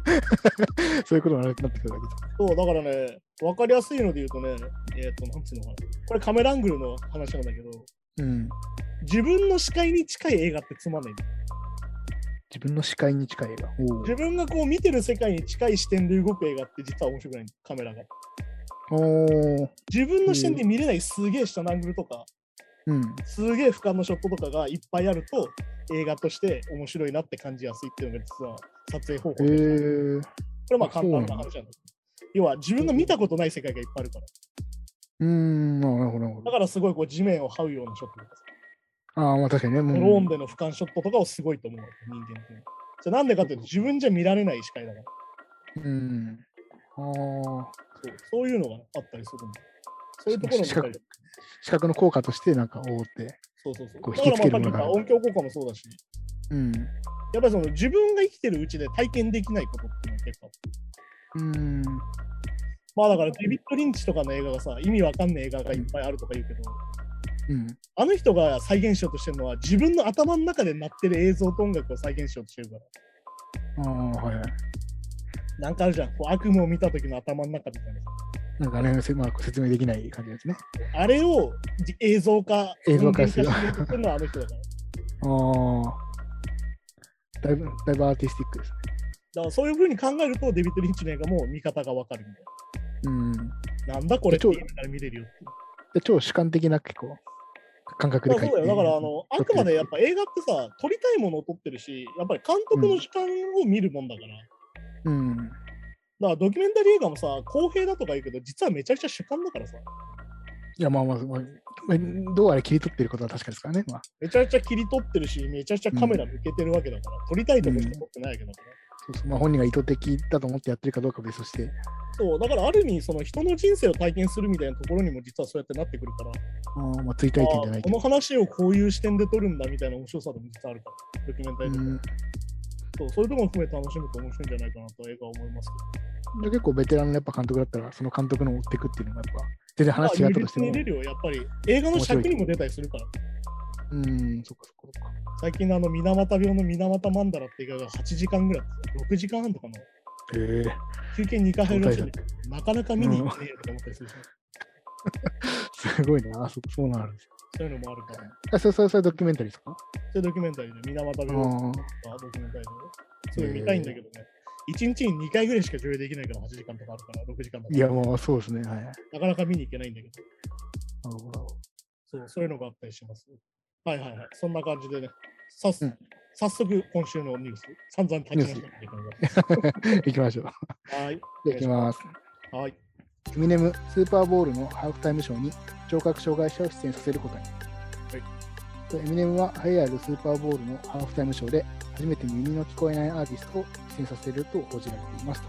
S3: そういうことになってくるわけです。
S2: そう、だからね、分かりやすいので言うとね、えっ、と、なんつうのかな。これカメラアングルの話なんだけど、
S3: うん。
S2: 自分の視界に近い映画ってつまんないんだよ。
S3: 自分の視界に近い映画。おー
S2: 自分がこう見てる世界に近い視点で動く映画って実は面白くないんだよカメラが。
S3: おー。
S2: 自分の視点で見れないすげえ下のアングルとか、
S3: うん。
S2: すげえ俯瞰のショットとかがいっぱいあると、映画として面白いなって感じやすいっていうのが実は撮影方法
S3: え
S2: で、
S3: ー。
S2: これはまあ簡単な話なんだけど。要は自分が見たことない世界がいっぱいあるから。
S3: うーん、まあなるほど、なるほ
S2: だ
S3: ど。
S2: からすごいこう地面を這うようなショットとかさ、
S3: ああ、まあ確かにね。もう
S2: ドローンでの俯瞰ショットとかをすごいと思うわけ、人間っていうのは。それなんでかっていうと自分じゃ見られない視界だから。
S3: うん。あ
S2: そ
S3: あ、
S2: うそういうのがあったりするんだよ。そういうところも
S3: 視覚
S2: 見たり
S3: 視覚の効果としてなんか覆って。
S2: そうそうそう。
S3: こう
S2: だから
S3: 引きつける
S2: まあ
S3: も
S2: さ
S3: の
S2: っき言っ
S3: が
S2: た音響効果もそうだし、
S3: うん。
S2: やっぱりその自分が生きてるうちで体験できないことっていうのが結構あって
S3: うん。
S2: まあだからデビッド・リンチとかの映画がさ、意味わかんない映画がいっぱいあるとか言うけど、
S3: うん。
S2: あの人が再現しようとしてるのは、自分の頭の中で鳴ってる映像と音楽を再現しようとしてるから、
S3: ああ、はいはい。
S2: なんかあるじゃん、こう悪夢を見た時の頭の中みたいなさ。
S3: なんかね、せまあ、説明できない感じですね。
S2: あれをじ映像化、
S3: 映像化
S2: 音
S3: する
S2: 源化しようとしてるのはあの人だから。
S3: ああ。だいぶ、だいぶアーティスティックですね。
S2: だからそういうふうに考えると、デビッド・リンチの映画も見方がわかるみたい
S3: うん。
S2: な。なんだこれって言いながら見れるよっていう。
S3: で超主観的な結構、感覚で
S2: まあ
S3: 書い
S2: そう
S3: て
S2: だよ。
S3: る
S2: だから、あの、あくまでやっぱ映画ってさ、撮りたいものを撮ってるし、やっぱり監督の主観を見るもんだから。
S3: うん。
S2: だからドキュメンタリー映画もさ、公平だとか言うけど、実はめちゃくちゃ主観だからさ、
S3: いや、まあまあ、まあ、まあどうあれ切り取ってることは確かですからね。まあ、
S2: めちゃくちゃ切り取ってるし、めちゃくちゃカメラ向けてるわけだから、撮りたいとこしか撮ってないわけだから。
S3: そうそうまあ、本人が意図的だと思ってやってるかどうかは別として。
S2: そう、だからある意味、その人の人生を体験するみたいなところにも実はそうやってなってくるから、
S3: あーまあ、追体験じゃ
S2: あ
S3: な
S2: ー
S3: い
S2: こ
S3: けど
S2: の。話をこういう視点で撮るんだみたいな面白さでも実はあるから、ドキュメンタリーとか、
S3: うん
S2: そうそういうところも含めて楽しむと面白いんじゃないかなと映画は思いますけど。
S3: じゃあ結構ベテランのやっぱ監督だったら、その監督の追っていくっていうのがやっぱ、全然話違ったとして
S2: まあ
S3: も
S2: 入。れるよ、やっぱり。映画の尺にも出たりするから。
S3: うん、そっかそっかそっか。
S2: 最近のあの、水俣病の水俣マンダラって映画が8時間ぐらい、6時間半とかの
S3: へえ
S2: 休憩2回入るらしいんだ
S3: そ
S2: けどなかなか見に行ってねえとか思ったりするし、
S3: すごいな、あそそうなるんです
S2: そういうのもあるから、
S3: あそれ、それ、それドキュメンタリーです
S2: そ
S3: か
S2: ういうドキュメンタリーで、水俣
S3: あ
S2: 病と
S3: ー
S2: かドキュメンタリーで、そういう見たいんだけどね、1日に2回ぐらいしか上映できないから、8時間とかあるから、6時間と
S3: いや、
S2: か、
S3: まあ、そうですね。はい。なる
S2: なかなか見に行けないんだけど、
S3: ほど。
S2: そうそういうのがあったりします。はいはいはい、そんな感じでね、さす
S3: うん
S2: 早速、今週のニュース、散々立ちました
S3: いきましょう。
S2: けど。はい。
S3: じゃあいきます。
S2: はい。
S3: エミネム、スーパーボールのハーフタイムショーに聴覚障害者を出演させることに。エミネムは栄えあるスーパーボールのハーフタイムショーで初めて耳の聞こえないアーティストを出演させると報じられています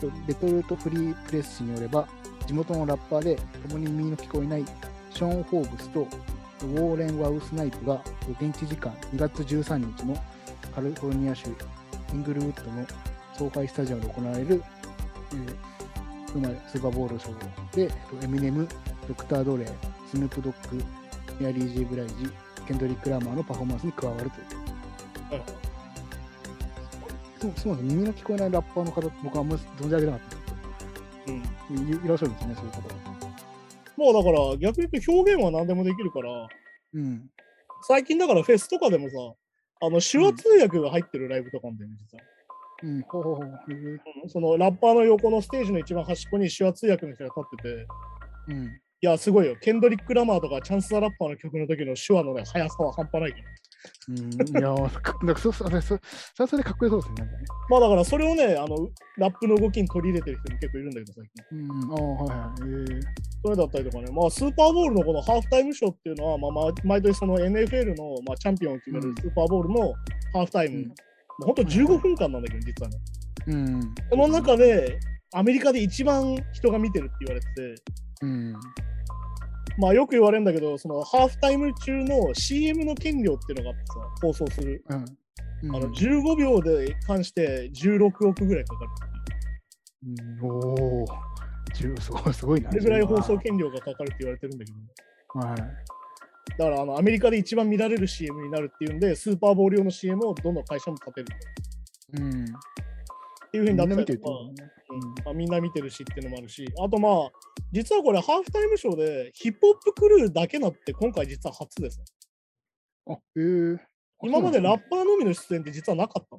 S3: と。レトルトフリープレス紙によれば、地元のラッパーで共に耳の聞こえないショーン・フォーブスとウォーレン・ワウスナイプが現地時間2月13日のカリフォルニア州イングルウッドの総会スタジアムで行われる、えーつまりスーパーボール賞で、えっとエミネム、ドクター・ドレー、スヌープ・ドッグ、メアリー・ジェブライジ、ケンドリック・ラーマーのパフォーマンスに加わるという。
S2: はい
S3: そうそうなんです耳の聞こえないラッパーの方、僕はあんまり存じ上げなかったんです
S2: うん
S3: けど、いいらっしゃるんですね、そういう方が。
S2: まあだから逆に言うと表現は何でもできるから、
S3: うん。
S2: 最近だからフェスとかでもさ、あの手話通訳が入ってるライブとかもだよね、実は。
S3: うん、ほうほうほう。へえ
S2: そのラッパーの横のステージの一番端っこに手話通訳の人が立ってて、
S3: うん。
S2: いや、すごいよ。ケンドリック・ラマーとかチャンス・ザ・ラッパーの曲の時の手話のね、速さは半端ないから。
S3: うん、いやー、かなんかそうそう、あれそそれはそれでかっこよそうですね。なんか
S2: まあだからそれをね、あの、ラップの動きに取り入れてる人も結構いるんだけど、最近。
S3: ねうん、ああ、はいはい。へえ
S2: それだったりとかね、まあスーパーボールのこのハーフタイムショーっていうのは、まあまあ、毎年その NFL の、まあ、チャンピオンを決め
S3: う
S2: る
S3: ん
S2: スーパーボールのハーフタイム、
S3: うん
S2: もうほんと15分間なんだけど、実はね。
S3: うん。
S2: この中で、アメリカで一番人が見てるって言われてて、
S3: うん。
S2: まあよく言われるんだけど、そのハーフタイム中の CM の権料っていうのがあってさ、放送する。
S3: うん。うん
S2: あの15秒で関して16億ぐらいかかる。
S3: うんおお、十すごいすごいな。
S2: それぐらい放送権料がかかるって言われてるんだけど、
S3: はい。
S2: だからあのアメリカで一番見られる CM になるっていうんで、スーパーボール用の CM をどんどん会社も立てる
S3: うん。
S2: っていうふう
S3: み
S2: に
S3: ん
S2: な
S3: な
S2: って
S3: 見て
S2: りと
S3: るって
S2: か
S3: ことね。
S2: うんまあみんな見てるしっていうのもあるし、あとまあ、実はこれハーフタイムショーでヒップホップクルーだけなって今回実は初です。
S3: あ、えー、
S2: 今までラッパーのみの出演って実はなかった。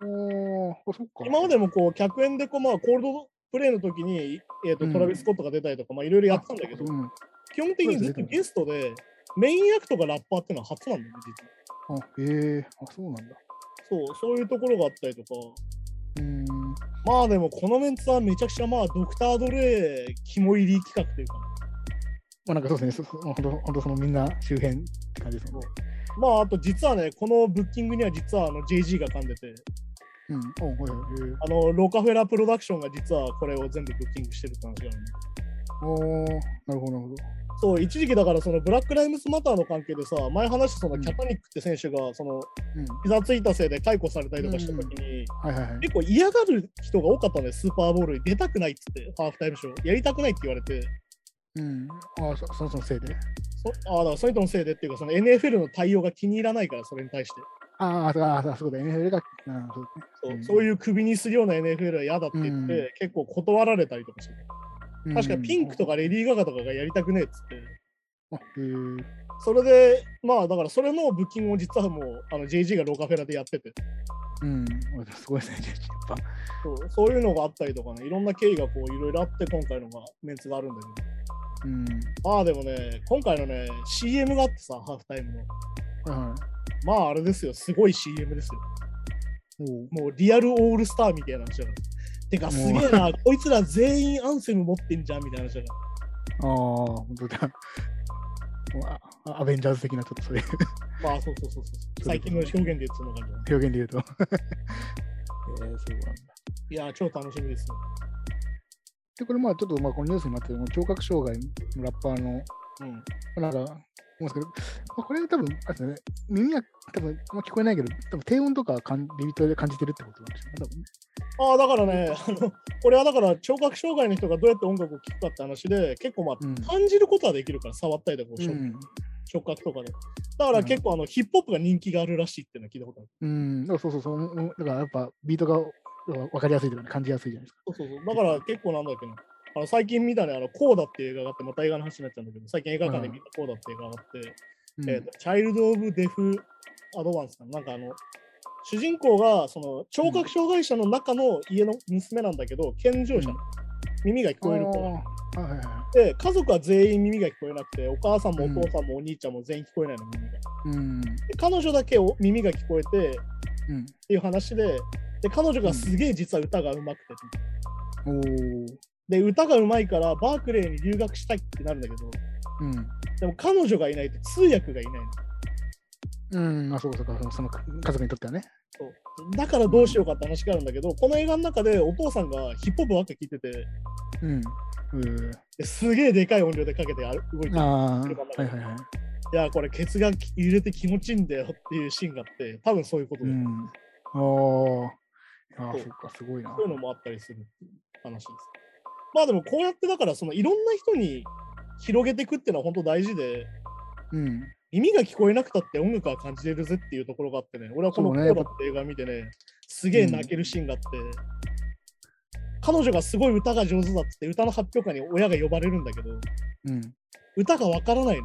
S3: プ。おーあ、そっか。
S2: 今までもこう客演でこう、まあ、コールドプレイの時に、えーと
S3: うん
S2: トラビス・スコットが出たりとか、まあいろいろやってたんだけど
S3: う、ん。あ、
S2: 基本的にずっとゲストでメイン役とかラッパーっていうのは初なんだよね、実は。
S3: えー、あ、そうなんだ。
S2: そう、そういうところがあったりとか。
S3: うん。
S2: まあでも、このメンツはめちゃくちゃまあ、ドクター・ドレイ肝入り企画というか、
S3: まあなんかそうですね、そそほんと、ほんとそのみんな周辺って感じですね。
S2: まああと実はね、このブッキングには実はあの JG が噛んでて、
S3: うん。おはいはい。えー
S2: あのロカフェラプロダクションが実はこれを全部ブッキングしてるって話があるんで。
S3: おーなるほど、なるほど。
S2: そう、一時期だからそのブラック・ライムズ・マターの関係でさ、前話したそのキャタニックって選手がその
S3: うん。
S2: 膝ついたせいで解雇されたりとかした時に、
S3: はいはいはい。
S2: 結構嫌がる人が多かったんでスーパーボールに出たくないっつって、ハーフタイムショー。やりたくないって言われて。
S3: うん。あ、そそのそのせいで。
S2: そああだからそれとのせいでっていうか、その NFL の対応が気に入らないから、それに対して。
S3: あーあ、そうかあー、そうだ、NFL が、なるほど。
S2: そう,、
S3: うん
S2: いうクビにするような NFL は嫌だって言って、
S3: うん
S2: 結構断られたりとかして。
S3: うん
S2: 確かピンクとかレディー・ガガとかがやりたくねえっつって。
S3: あ、えー、
S2: それで、まあだからそれのブッキングを実はもうあの JG がロカフェラでやってて
S3: うん。あすごいですね、やっぱ。
S2: そう、そういうのがあったりとかね、いろんな経緯がこういろいろあって、今回のがメンツがあるんだけ
S3: うん。
S2: ど。まあでもね、今回のね、CM があってさ、ハーフタイムの。
S3: は
S2: まああれですよ、すごい CM ですよ。
S3: い。おー
S2: もうリアルオールスターみたいな話だから。てかすげえな、こいつら全員アンセム持ってんじゃんみたいな話だか
S3: ああ、本当だ。もうああアベンジャーズ的なちょっとそういう
S2: ら。まあそうそうそうそう。最近の表現で言ってその感じ。
S3: 表現で言うと。えー、そうなんだ。
S2: いやー、超楽しみですよ。
S3: で、これまあちょっとまあこのニュースにもあったけど、聴覚障害のラッパーの、
S2: うん。
S3: なんか、思うんですけど、まあ、これ多分、あれですね、耳は多分あんま聞こえないけど、多分低音とかは感ビビットで感じてるってことなんでしょうね、多分ね。
S2: ああ、だからね、あの、これはだから聴覚障害の人がどうやって音楽を聴くかって話で、結構まあ、
S3: うん
S2: 感じることはできるから、触ったりとか、触
S3: うん
S2: 触覚とかで。だから結構あの、ヒップホップが人気があるらしいっていうのは聞いたことある。
S3: うん、だからそうそうそう、うんだからやっぱビートが分かりやすいというかね、感じやすいじゃないですか。
S2: そうそうそう。だから結構なんだっけな。あの最近見たね、あの、コーダっていう映画があって、また映画の話になっちゃうんだけど、最近映画館で見たコーダって映画があって、
S3: うん
S2: えーとチャイルド・オブ・デフ・アドバンスかななんかあの、主人公がその聴覚障害者の中の家の娘なんだけど、健常者、耳が聞こえる子
S3: あーはいはいは
S2: で家族は全員耳が聞こえなくてお母さんもお父さんもお兄ちゃんも全員聞こえないの耳がで
S3: い。うん。
S2: 彼女だけお耳が聞こえてっ
S3: うん。
S2: ていう話でで彼女がすげえ実は歌がうまくて
S3: おー。
S2: で歌がうまいからバークレーに留学したいってなるんだけど
S3: うん。
S2: でも彼女がいないと通訳がいないの
S3: うん。まあ、そうかそうか、そのその家族にとってはね。
S2: そうだからどうしようかって話があるんだけど、この映画の中でお父さんがヒップホップばっか聴いてて
S3: うん。う
S2: ですげえでかい音量でかけてあ動いてる
S3: ーああ、はいはいはい。
S2: いやこれケツが揺れて気持ちいいんだよっていうシーンがあって多分そういうこと
S3: う
S2: で、
S3: ん。あーあ
S2: そう
S3: ー、そっか、すごいな
S2: そうい。うのもあったりするっていう話ですまあでもこうやってだからそのいろんな人に広げていくっていうのは本当大事で
S3: うん。
S2: 耳が聞こえなくたって音楽は感じれるぜっていうところがあってね俺はこの
S3: そ
S2: コ
S3: う
S2: ー
S3: ね
S2: ラって映画見てねすげえ泣けるシーンがあって、彼女がすごい歌が上手だっつって歌の発表会に親が呼ばれるんだけど
S3: うん。
S2: 歌がわからないの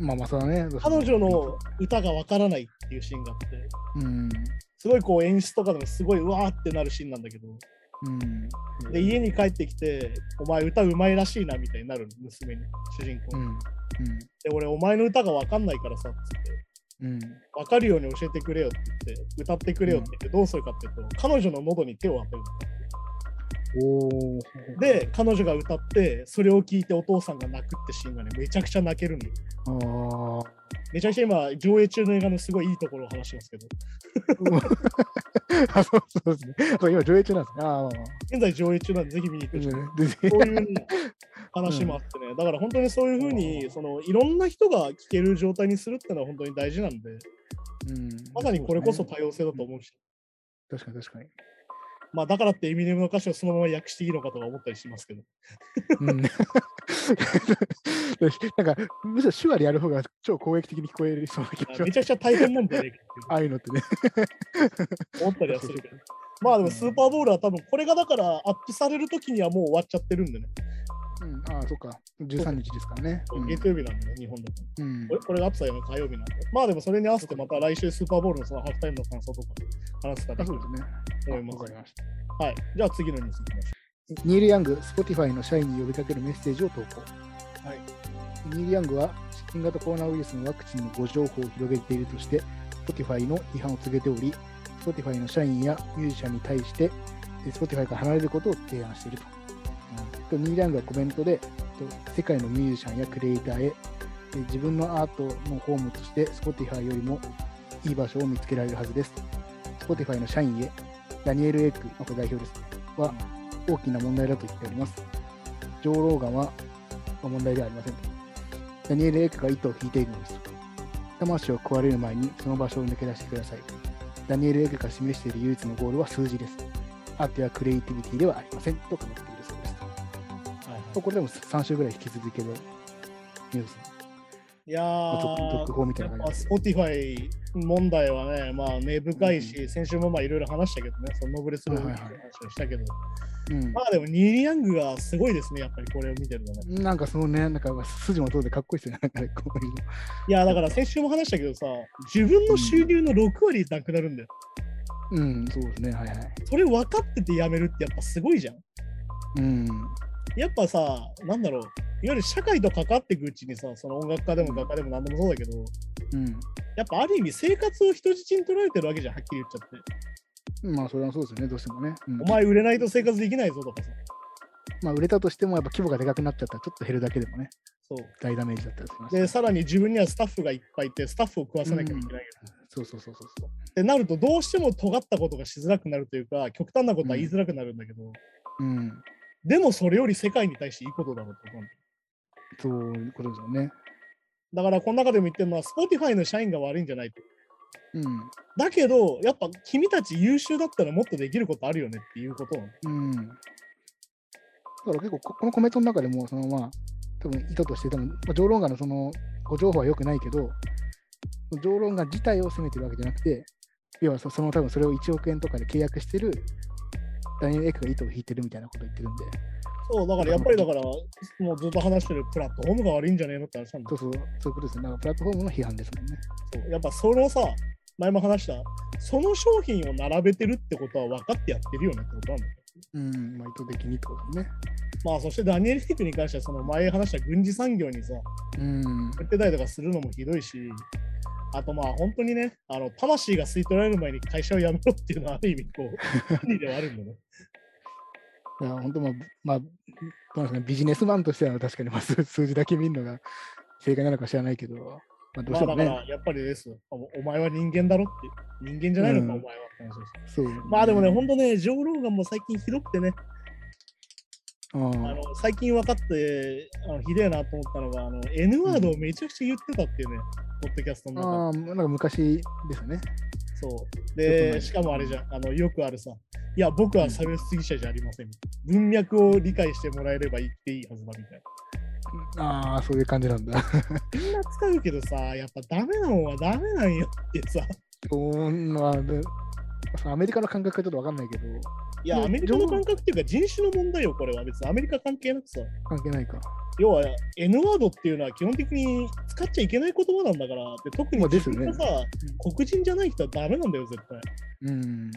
S3: まあまあ、それはね。どうして
S2: 彼
S3: も
S2: 女の。歌がわからないっていうシーンがあって
S3: うん。
S2: すごいこう演出とかでもすごいうわーってなるシーンなんだけど
S3: うん。
S2: で家に帰ってきてお前歌うまいらしいなみたいになるの娘に主人公
S3: う
S2: に
S3: ん。うん。
S2: で俺お前の歌がわかんないからさっつって
S3: うん。
S2: 分かるように教えてくれよって言って歌ってくれよって言ってどうするかっていうと、彼女の喉に手を当てる
S3: おー。
S2: ので彼女が歌ってそれを聞いてお父さんが泣くってシーンがねめちゃくちゃ泣けるのよ
S3: ああ。
S2: めちゃくちゃ今上映中の映画のすごいいいところを話してますけど
S3: あ、そうそうですね。そう今、上映中なんですね。ああ、まあまあ
S2: 現在上映中なんでぜひ見に行くし
S3: うんで
S2: そういう話もあってね、だから本当にそういうふうにそのいろんな人が聞ける状態にするっていうのは本当に大事なんで
S3: うん
S2: まさにこれこそ
S3: そうで
S2: 多様性だと思うし、
S3: すね確かに確かに。
S2: まあだからってエミネムの歌詞をそのまま訳していいのかとか思ったりしますけど
S3: うん なんか、むしろ手話でやる方が超攻撃的に聞こえるそうな気がしま
S2: め
S3: す。
S2: ちゃくちゃ大変なんだね
S3: ああいうのってね。
S2: 思ったりはするけど。まあでもスーパーボールは多分これがだからアップされる時にはもう終わっちゃってるんでね。
S3: うん、ああ、そっか。13日ですからね。うん
S2: 月曜日なんでね、日本だと。
S3: うん
S2: これこれがアップされるの火曜日なんで。まあでもそれに合わせてまた来週スーパーボールのそのハーフタイムの感想とか話せたら
S3: あ
S2: いい
S3: そう
S2: と
S3: ですね。
S2: 思いま
S3: あわか
S2: す
S3: り。まし
S2: はい。じゃあ次のニュースいきましょ
S3: た。ニール・ヤング、Spotify の社員に呼びかけるメッセージを投稿。
S2: はい
S3: ニール・ヤングは新型コロナウイルスのワクチンの誤情報を広げているとして、Spotify の批判を告げており、Spotify の社員やミュージシャンに対して、え Spotify から離れることを提案していると。とニール・ヤングはコメントで、と世界のミュージシャンやクリエイターへ、え自分のアートのホームとして Spotify よりもいい場所を見つけられるはずです。Spotify の社員へ、ダニエル・エイク、まあこれ代表です、は大きな問題だと言っております。上ローガンはまあ問題ではありませんと。ダニエル・エイクが糸を引いているのです。魂を食われる前にその場所を抜け出してください。ダニエル・エイクが示している唯一のゴールは数字です。アートやクリエイティビティではありませんと語っているそうです。
S2: う。はい
S3: これでも3週ぐらい引き続けるニュース、
S2: いや
S3: まあ続続
S2: ー、
S3: 報みたい
S2: や
S3: な
S2: っ
S3: 感
S2: ぱ
S3: じです。
S2: Spotify 問題はね、まあ根深いし、先週もまあいろいろ話したけどね、そのノブレスの話をしたけど、
S3: うん
S2: まあでもニーリ・ヤングがすごいですね、やっぱりこれを見てるのね。
S3: なんかそのね、なんか筋も通ってかっこいいですよね。 なんかねこういうの
S2: いやだから先週も話したけどさ自分の収入の6割なくなるんだよ、
S3: うん、そうですね、はいはい。
S2: それ分かってて辞めるってやっぱすごいじゃん
S3: うん、
S2: やっぱさなんだろういわゆる社会と関わっていくうちにさその音楽家でも画家でも何でもそうだけどやっぱある意味生活を人質に取られてるわけじゃんはっきり言っちゃって
S3: うん。まあ、それはそうですよね、どうしてもね。うん
S2: お前売れないと生活できないぞとかさ
S3: まあ、売れたとしても、やっぱ規模がでかくなっちゃったら、ちょっと減るだけでもね、
S2: そう
S3: 大ダメージだったりします。
S2: でさらに自分にはスタッフがいっぱいいてスタッフを食わさなきゃいけない、
S3: そうそうそうそうそう。
S2: ってなるとどうしても尖ったことがしづらくなるというか極端なことは言いづらくなるんだけど、
S3: うん、
S2: でもそれより世界に対していいことだろうと思うんだよね
S3: そういうことですよね。
S2: だからこの中でも言ってるのは Spotify の社員が悪いんじゃないと。
S3: うん、
S2: だけどやっぱ君たち優秀だったらもっとできることあるよねっていうことなの
S3: うん。だから結構こ、このコメントの中でも、そのまあ、多分意図として、多分、まあ、上論眼のその、ご情報は良くないけど、上論眼自体を責めてるわけじゃなくて、要はそその多分それを1億円とかで契約してる、ダニエル・エイクが糸を引いてるみたいなことを言ってるんで、
S2: そうだからやっぱりだからもうずっと話してるプラットフォームが悪いんじゃねえのって話なんだ
S3: そうそう、そういうことですね。なんかプラットフォームの批判ですもんね。
S2: そうやっぱそのさ前も話したその商品を並べてるってことは分かってやってるよねってことなんだよ
S3: うん、まあ、意図的にってことね。
S2: まあそしてダニエル・フィクに関してはその前話した軍事産業にさ
S3: うん。
S2: 売ってたりとかするのもひどいしあとまあ本当にねあの魂が吸い取られる前に会社を辞めろっていうのはある意味こう意味ではあるんだね。
S3: いや、本当まあ、まあ、どうなんですかね、ビジネスマンとしては確かに、まあ、数 数字だけ見るのが正解なのか知らないけど、まあ、どう
S2: ま
S3: し
S2: あ
S3: て
S2: だ
S3: も
S2: か
S3: ね、
S2: らやっぱりですよおお前は人間だろって人間じゃないのか、
S3: うん
S2: お前はって話です。
S3: そう。
S2: まあでもね、本当ね、上ローガンも最近ひどくてね、
S3: 当う
S2: あ
S3: ん。
S2: の最近分かってあのひでえなと思ったのがあの、N ワードをめちゃくちゃ言ってたっていうね、ポッドキャストの中で
S3: ああ、なんか昔ですね。
S2: そう。
S3: よくな
S2: で、
S3: い
S2: しかもあれじゃん、あのよくあるさ、いや、僕は差別主義者じゃありません。文脈を理解してもらえれば言っていいはずだみたい
S3: ああ、そういう感じなんだ。
S2: な。みんな使うけどさ、やっぱダメなもんはダメなんよってさ。
S3: そうまあでそのアメリカの感覚がちょっとわかんないけど、
S2: いや、
S3: ね
S2: アメリカの
S3: 上
S2: 感覚っていうか人種の問題よ、これは別にアメリカ関係なくさ。
S3: 関係ないか。
S2: 要は N ワードっていうのは基本的に使っちゃいけない言葉なんだから、で特に
S3: まあです
S2: 自
S3: よね
S2: 分がさ、黒人じゃない人はダメなんだよ、絶対。
S3: うん。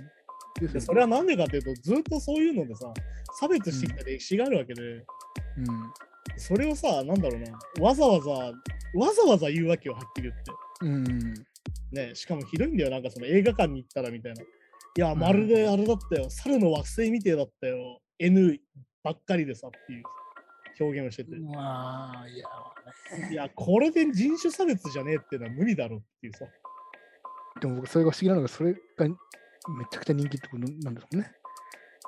S3: で
S2: でそれは
S3: は、
S2: なんでかっていうと、ずっとそういうのでさ、差別してきた歴史があるわけで、それをさ、なんだろうな、わざわざ、わざわざ言うわけよ、はっきり言って。
S3: うん。うん。
S2: ね、しかもひどいんだよ、なんかその映画館に行ったらみたいな。いや、まるであれだったよ、猿の惑星みてえだったよ、N ばっかりでさっていう表現をしてて。
S3: まあ、いや、
S2: いや、これで人種差別じゃねえっていうのは無理だろうっていうさ。
S3: でも僕、それが不思議なのが、それがめちゃくちゃ人気ってことなんですもんね。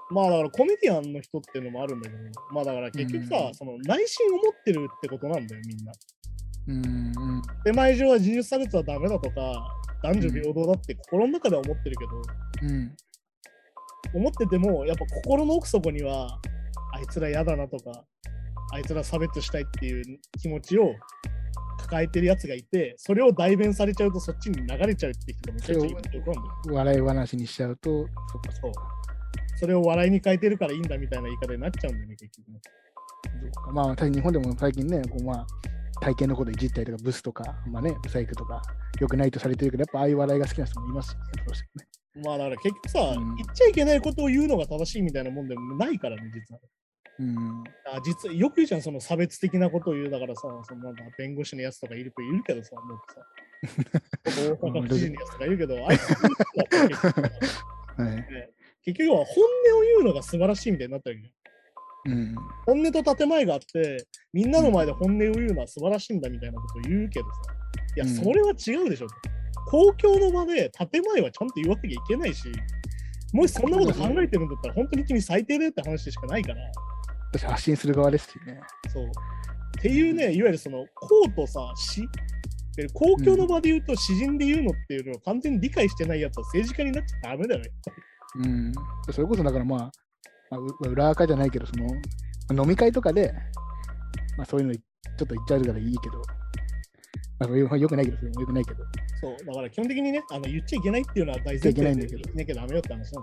S2: まあだからコメディアンの人っていうのもあるんだけど、まあだから結局さ、
S3: うん
S2: その内心を持ってるってことなんだよ、みんな。
S3: うん。うん
S2: 手前上は人種差別はダメだとか、男女平等だって心の中では思ってるけど、
S3: うん。
S2: 思ってても、やっぱ心の奥底には、あいつら嫌だなとか、あいつら差別したいっていう気持ちを抱えてるやつがいて、それを代弁されちゃうとそっちに流れちゃうって人がめちゃくちゃいるってことなんだよ。
S3: 笑い話にしちゃうと、そっか
S2: そう。それを笑いに変えてるからいいんだみたいな言い方になっちゃうんだよね、結局ね。
S3: そうかまあ、確かに日本でも最近ね、こうまあ、体験のこといじったりとか、ブスとか、まあね、ブサイクとか、よくないとされてるけど、やっぱああいう笑いが好きな人もいますしね、そうですよね。
S2: まあだから結局さ、
S3: うん
S2: 言っちゃいけないことを言うのが正しいみたいなもんでもないからね、実は。
S3: うん。
S2: あ実はよく言うじゃん、その差別的なことを言うだからさ、そのなんか弁護士のやつとかいるいるけどさ、もうさ。大阪知事のやつとかいるけど、あいつ
S3: はい。
S2: 結局は本音を言うのが素晴らしいみたいになったわけじゃん
S3: うん。
S2: 本音と建前があって、みんなの前で本音を言うのは素晴らしいんだみたいなことを言うけどさ、いや、
S3: うん
S2: それは違うでしょ。公共の場で建前はちゃんと言わなきゃいけないし、もしそんなこと考えてるんだったら、本当に君最低だよって話でしかないから、
S3: 私、発信する側ですしね。
S2: そう。っていうね、いわゆるその公とさ、私、で公共の場で言うと、詩人で言うのっていうのを完全に理解してないやつは政治家になっちゃダメだよね。
S3: うん。それこそ、だからまあ、まあう裏垢じゃないけど、その、まあ飲み会とかで、まあ、そういうのちょっと言っちゃうからいいけど、まあ、それはよくないけど、それもよくないけど、
S2: そう、だから基本的にね、あの言っちゃいけないっていうのは大前提で
S3: 言っちゃいけないんだけど
S2: 言っなきゃダメよって話なんです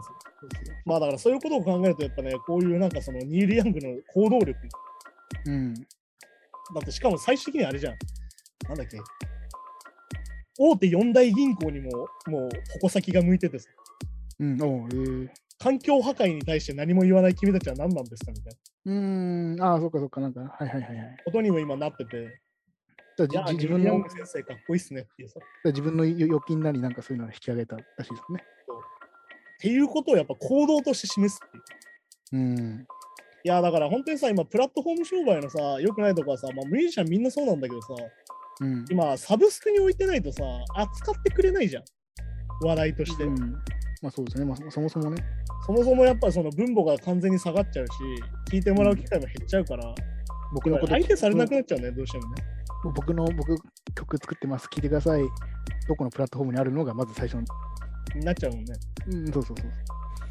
S2: よ。まあだからそういうことを考えると、やっぱね、こういうなんかそのニール・ヤングの行動力、
S3: うん。
S2: だってしかも最終的にあれじゃん、なんだっけ、大手四大銀行にももう矛先が向いててさ、
S3: うん。おう、えー
S2: 環境破壊に対して何も言わない君たちは何なんですかみたいな
S3: うん、ああ、そっかそっか、なんか、はいはいはいはい。
S2: ことにも今なってて、
S3: じゃあ
S2: いや
S3: じ、自
S2: 自
S3: 分
S2: 分の
S3: の
S2: 先生かっこいいっすねっていうさ。っ
S3: 自分の預預金なりなんかそういうのを引き上げたらしいですね。
S2: ていうことをやっぱ行動として示すっていう。
S3: うん。
S2: いやだから本当にさ、今プラットフォーム商売のさ、良くないとこはさ、まあミュージシャンみんなそうなんだけどさ、
S3: うん。
S2: 今サブスクに置いてないとさ、扱ってくれないじゃん。話題として。
S3: うんまあそうですね、まあそそもそもね。
S2: そもそもやっぱその分母が完全に下がっちゃうし、聞いてもらう機会も減っちゃうから、
S3: 僕のこと
S2: 相手されなくなっちゃうね、どうしてもね。
S3: 僕の僕曲作ってます、聴いてください。どこのプラットフォームにあるのがまず最初の。
S2: になっちゃうもんね。
S3: うん、そうそうそ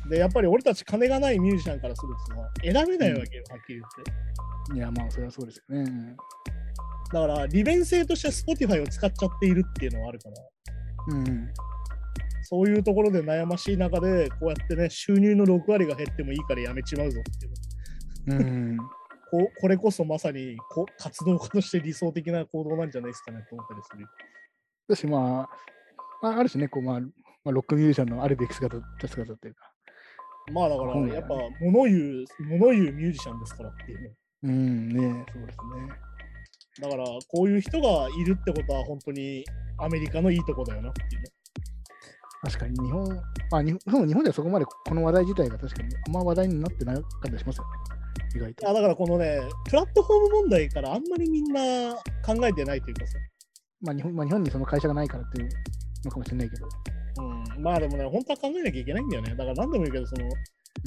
S3: う。
S2: で、やっぱり俺たち金がないミュージシャンからするとさ、選べないわけよ、はっきり言って。
S3: いや、まあそれはそうですよね。
S2: だから、利便性として Spotify を使っちゃっているっていうのはあるから、
S3: うん。うん、
S2: そういうところで悩ましい中で、こうやってね、収入の6割が減ってもいいからやめちまうぞっていう。
S3: うん、
S2: ここれこそまさにこ活動家として理想的な行動なんじゃないですかねと思ったりする。
S3: だし、まあ、まあ、ある種ね、こう、まあ、まあ、ロックミュージシャンのあるべき姿姿というか、
S2: まあだから
S3: そう、だ
S2: や
S3: よね
S2: っぱ物言う、物言うミュージシャンですからっていうね。
S3: うんね、そうですね。
S2: だから、こういう人がいるってことは、本当にアメリカのいいとこだよなっていうね。
S3: 確かに日本、まあ日本、でも日本ではそこまでこの話題自体が確かにあんま話題になってなかったりしますよね。意外と。
S2: あだから、このね、プラットフォーム問題からあんまりみんな考えてないというかさ。
S3: まあ日本、まあ日本にその会社がないからっていうのかもしれないけど。
S2: うん、まあでもね、本当は考えなきゃいけないんだよね。だから何でもいいけど、その
S3: う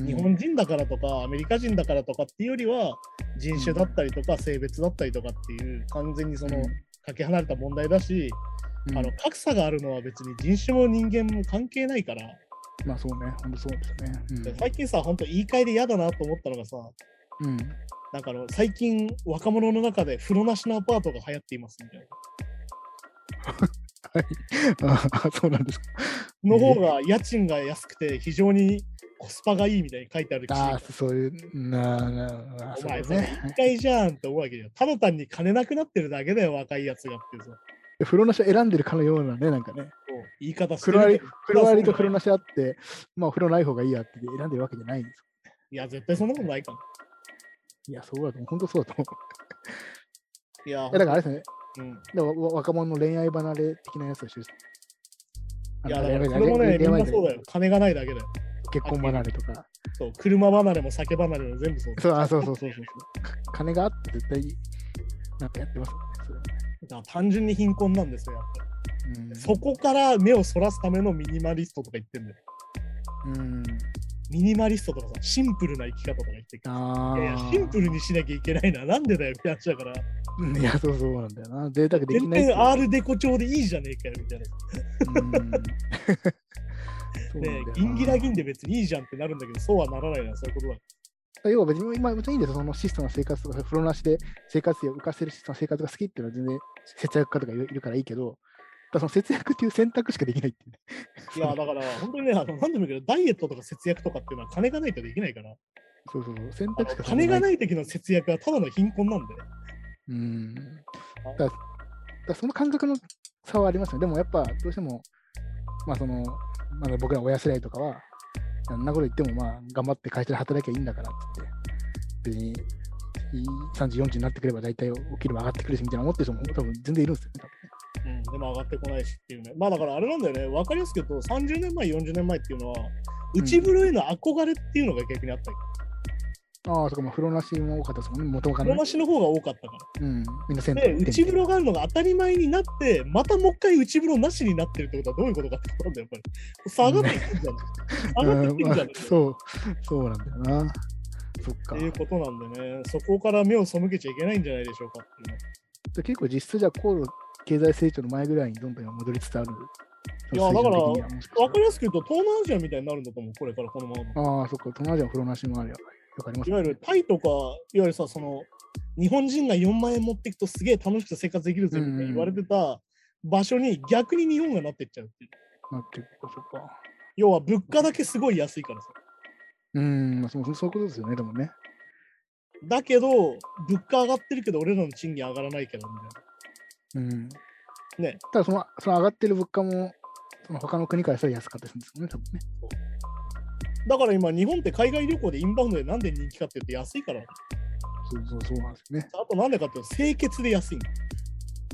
S3: ん
S2: 日本人だからとか、アメリカ人だからとかっていうよりは、人種だったりとか、性別だったりとかっていう、完全にその、かけ離れた問題だし、
S3: うん
S2: あの格差があるのは別に人種も人間も関係ないから、
S3: まあそうね、本当そうですよね。うん
S2: で最近さ、本当言い換えで嫌だなと思ったのがさ、
S3: うん、
S2: なんかあの最近若者の中で風呂なしのアパートが流行っていますみたいな。
S3: ああそうなんですか。
S2: その方が家賃が安くて非常にコスパがいいみたいに書いてある記
S3: ああ、
S2: 事。
S3: そういう、なあ、なあ、
S2: お
S3: そう
S2: 前
S3: です
S2: それ
S3: ね。
S2: 一回じゃんって思うわけじゃん。ただ単に金なくなってるだけだよ、若いやつがっていうさ。
S3: 風呂なしを選んでるかのようなね、なんかね、
S2: 言い方して
S3: 風呂あ
S2: るけ
S3: り
S2: ど。
S3: 風呂ありと風呂なしあって、まあ風呂ない方がいいやって選んでるわけじゃないんです。
S2: いや、絶対そんなことないかも。
S3: いや、そうだと思う、本当そうだと思う。
S2: いや、
S3: いやだからあれですね、
S2: うん、
S3: だからわ若者の恋愛離れ的なやつをしてる。
S2: いや、
S3: あ
S2: だ
S3: の
S2: から
S3: 恋
S2: そ
S3: 愛
S2: れもね、みん
S3: 恋愛
S2: なそうだよ。金がないだけだよ。
S3: 結婚離れとか。
S2: そう車離れも酒離れも全部そうだよ
S3: そう、あ、そうそうそうそうそう。か金があって絶対、なんかやってますよね。それは
S2: だから単純に貧困なんですよ、やっぱ
S3: うん
S2: り。そこから目をそらすためのミニマリストとか言ってんだよ。
S3: うん。
S2: ミニマリストとかさ、シンプルな生き方とか言ってるけど
S3: ああ。
S2: いやいやシンプルにしなきゃいけないな、なんでだよって話だから、
S3: うんいや、そうそうなんだよな。贅沢でき
S2: 全
S3: ないっていう
S2: 然 R デコ調でいいじゃねえかよみたいな。
S3: うん。
S2: で
S3: そうなんだよな、
S2: 銀ギラ銀で別にいいじゃんってなるんだけど、そうはならないな、そういうことだ。
S3: 要は別に、今別にいいんですよ。その質素な生活とか、風呂なしで生活費を浮かせる質素な生活が好きっていうのは全然節約家とかいるからいいけど、ただその節約っていう選択しかできないっていうね。
S2: いや、だから、本当にね、あの何でもいいけど、ダイエットとか節約とかっていうのは金がないとできないから、
S3: そうそうそう。選
S2: あ
S3: 択
S2: の
S3: 肢が
S2: 金が
S3: い。
S2: ない時の節約はただの貧困なんで。
S3: うん。だからだからその感覚の差はありますよ。でもやっぱどうしても、まあその、まだ僕ら親世代とかは、あんなこと言ってもまあ頑張って会社で働きゃいいんだからっつって、別にいい30、40になってくれば大体起きれば上がってくるしみたいな思ってる人も多分全然いるんですよね。
S2: うん、でも上がってこないしっていうね。まあだからあれなんだよね、分かりやすく言うと、30年前、40年前っていうのは、内風呂への憧れっていうのが逆にあったり、
S3: 多分ああ、そこも風呂なしも多かったですもんね。元々
S2: 風呂
S3: ね
S2: な。しの方が多かったか
S3: うん。みんな銭
S2: ら。
S3: 湯
S2: で、
S3: 行ってみたいな
S2: 内風呂があるのが当たり前になって、またもう一回内風呂なしになってるってことはどういうことかってことなんだよ、やっぱり。下がってきてるじゃ ん。上がってきてるじゃ
S3: うん
S2: ん。
S3: まあ そう、そうなんだよな。そっか
S2: ってい。うことなんでね、そこから目を背けちゃいけないんじゃないでしょうかっていうね。
S3: で結構実質じゃあ高度経済成長の前ぐらいにどんどん今戻りつつある。
S2: いやだから
S3: その水準的にはもしか
S2: 分か
S3: し
S2: りやすく言うと、東南アジアみたいになるんだと思う、これからこのままだと
S3: たらああ、そっか、東南アジアの風呂なしもあるよ。よくあります
S2: いわゆるタイとか、いわゆるさ、その日本人が4万円持っていくとすげえ楽しく生活できるぜみたいに言われてた場所に逆に日本がなってっちゃうっていう。
S3: なってるそっか。
S2: 要は物価だけすごい安いからさ。
S3: うーん、まあ、そそそういうことですよね、でもね。
S2: だけど、物価上がってるけど、俺らの賃金上がらないけどみたい
S3: うん。
S2: ね。
S3: ただその、その上がってる物価も、その他の国からしたら安かったりするんですよね、多分ね。
S2: な。だから今、日本って海外旅行でインバウンドでなんで人気かって言うと安いから。
S3: そうそうそうなんですよね。
S2: あとなんでかっていうと、清潔で安いの。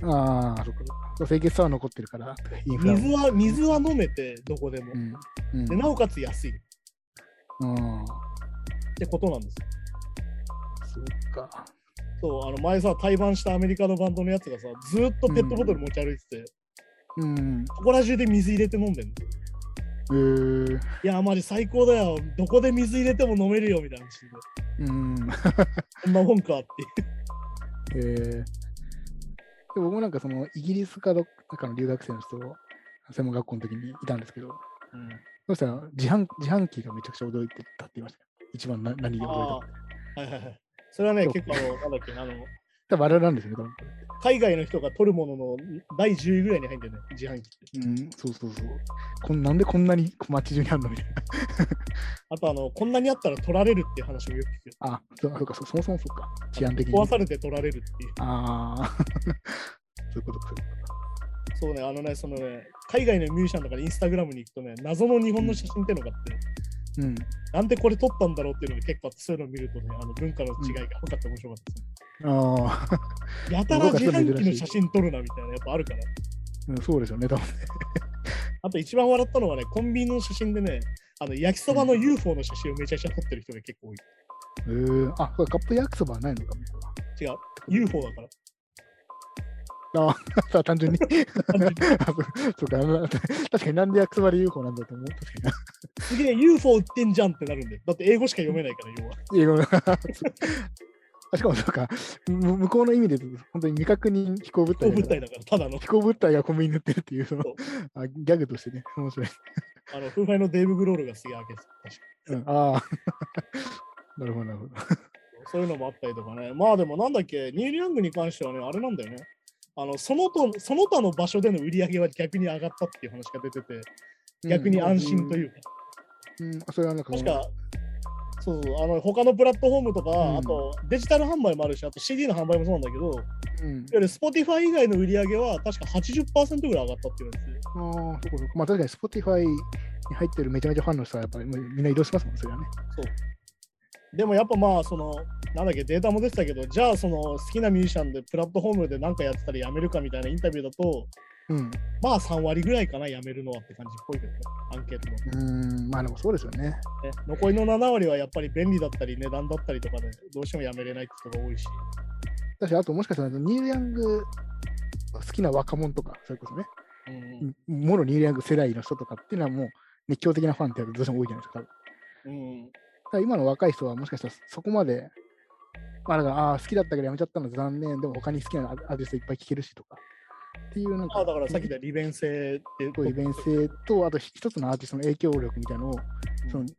S3: ああ、そっかそっか。清潔さは残ってるから、インフラ
S2: 水
S3: も。
S2: は、水は飲めて、どこでも
S3: う。ん。うん
S2: で、なおかつ安いっ
S3: うん。
S2: てことなんですよ。
S3: そっか。
S2: そう、あの前さ、対バンしたアメリカのバンドのやつがさ、ずーっとペットボトル持ち歩いてて、
S3: うん。
S2: ここら中で水入れて飲んでんの。
S3: えー、
S2: いや、マジ最高だよ。どこで水入れても飲めるよ、みたいな話で。
S3: うん。
S2: こんなもんかって
S3: えー、で僕もなんかそのイギリスかどっかの留学生の人を専門学校の時にいたんですけど、そしたら自販自販機がめちゃくちゃ驚いてたって言いましたよ。一番な何で驚いたって。
S2: はいはいはい。それはね、
S3: そう
S2: 結構あの、なんだっけ、あの、
S3: 多分あれなんですよね、多分こ
S2: 海外の人が取るものの第10位ぐらいに入ってるね、自販機って。
S3: れって。うん、そうそうそう。こんなんでこんなに街中にあるのみたいな。
S2: あと、あの、こんなにあったら取られるっていう話もよく聞くよ。
S3: あ、そうあそうか、そそもそもそうか。治安的に。
S2: 壊されて取られるっていう。
S3: ああ。 そういうことか。
S2: そうね、あのね、そのね、海外のミュージシャンとかでインスタグラムに行くとね、謎の日本の写真ってのがあって、
S3: うん。
S2: なんでこれ撮ったんだろうっていうのが結構あってそういうのを見るとね、あの文化の違いが分かって面白かったで
S3: ああ、
S2: す、やたら自販機の写真撮るなみたいなやっぱあるから。
S3: うんそうでしょうね、多分。
S2: あと一番笑ったのはね、コンビニの写真でね、あの焼きそばの UFO の写真をめちゃくちゃ撮ってる人が結構多い。
S3: えー、あ、これカップ焼きそばはないのかみたいな
S2: 違う、UFO だから。
S3: さあ単純に。あそうそうかあの確かになんで焼きそばで UFO なんだと思う。確か
S2: すげえ、UFO 売ってんじゃんってなるんで、だって英語しか読めないから、要は。
S3: に。英語があしかもそうか、む向こうの意味で言うと、本当に未確認飛行物体
S2: 飛物
S3: だから
S2: 体だから、ただの。
S3: 飛行物体がコンビニに売ってるっていうその
S2: そう
S3: あ、ギャグとしてね、面白い。
S2: あの、風合いのデーブ・グロールがすげえ開けてた。
S3: うん、ああ、なるほど、なるほど。
S2: そういうのもあったりとかね。まあでもなんだっけ、ニューリアングに関してはね、あれなんだよね。あのそのとその他の場所での売り上げは逆に上がったっていう話が出てて、 逆に安心と
S3: う
S2: いうか、
S3: ん。うん、それはなんか、
S2: 確か、そうそう、あの他のプラットフォームとか、
S3: うん
S2: あとデジタル販売もあるし、あと CD の販売もそうなんだけど、いわ
S3: うん、
S2: ゆる Spotify 以外の売り上げは確か80%ぐらい上がったっていうんですね。
S3: あーそうかそうかまあ確かに Spotify に入ってるめちゃめちゃファンの人はやっぱりもうみんな移動しますもん、それはね。
S2: でもやっぱまあ、その、なんだっけ、データも出てたけど、じゃあその好きなミュージシャンでプラットフォームで何かやってたらやめるかみたいなインタビューだと、
S3: うん。
S2: まあ3割ぐらいかな、辞めるのはって感じっぽいけどね、アンケートの、ね。
S3: うん、まあでもそうですよね。
S2: 残りの7割はやっぱり便利だったり、値段だったりとかで、どうしても辞めれないって人が多いし、
S3: だし、あともしかしたらニール・ヤング好きな若者とか、それこそね、
S2: うん
S3: もろニール・ヤング世代の人とかっていうのはもう熱狂的なファンってどうしても多いじゃないですか。多分だ
S2: うん、
S3: から今の若い人はもしかしたらそこまで、まあだから、ああー、好きだったけどやめちゃったの残念、でも他に好きなアーティストいっぱい聴けるしとか。っていうなんか、
S2: まあだからさっき言った利便性って
S3: こういう利便性と、あと一つのアーティストの影響力みたいなのを、そのし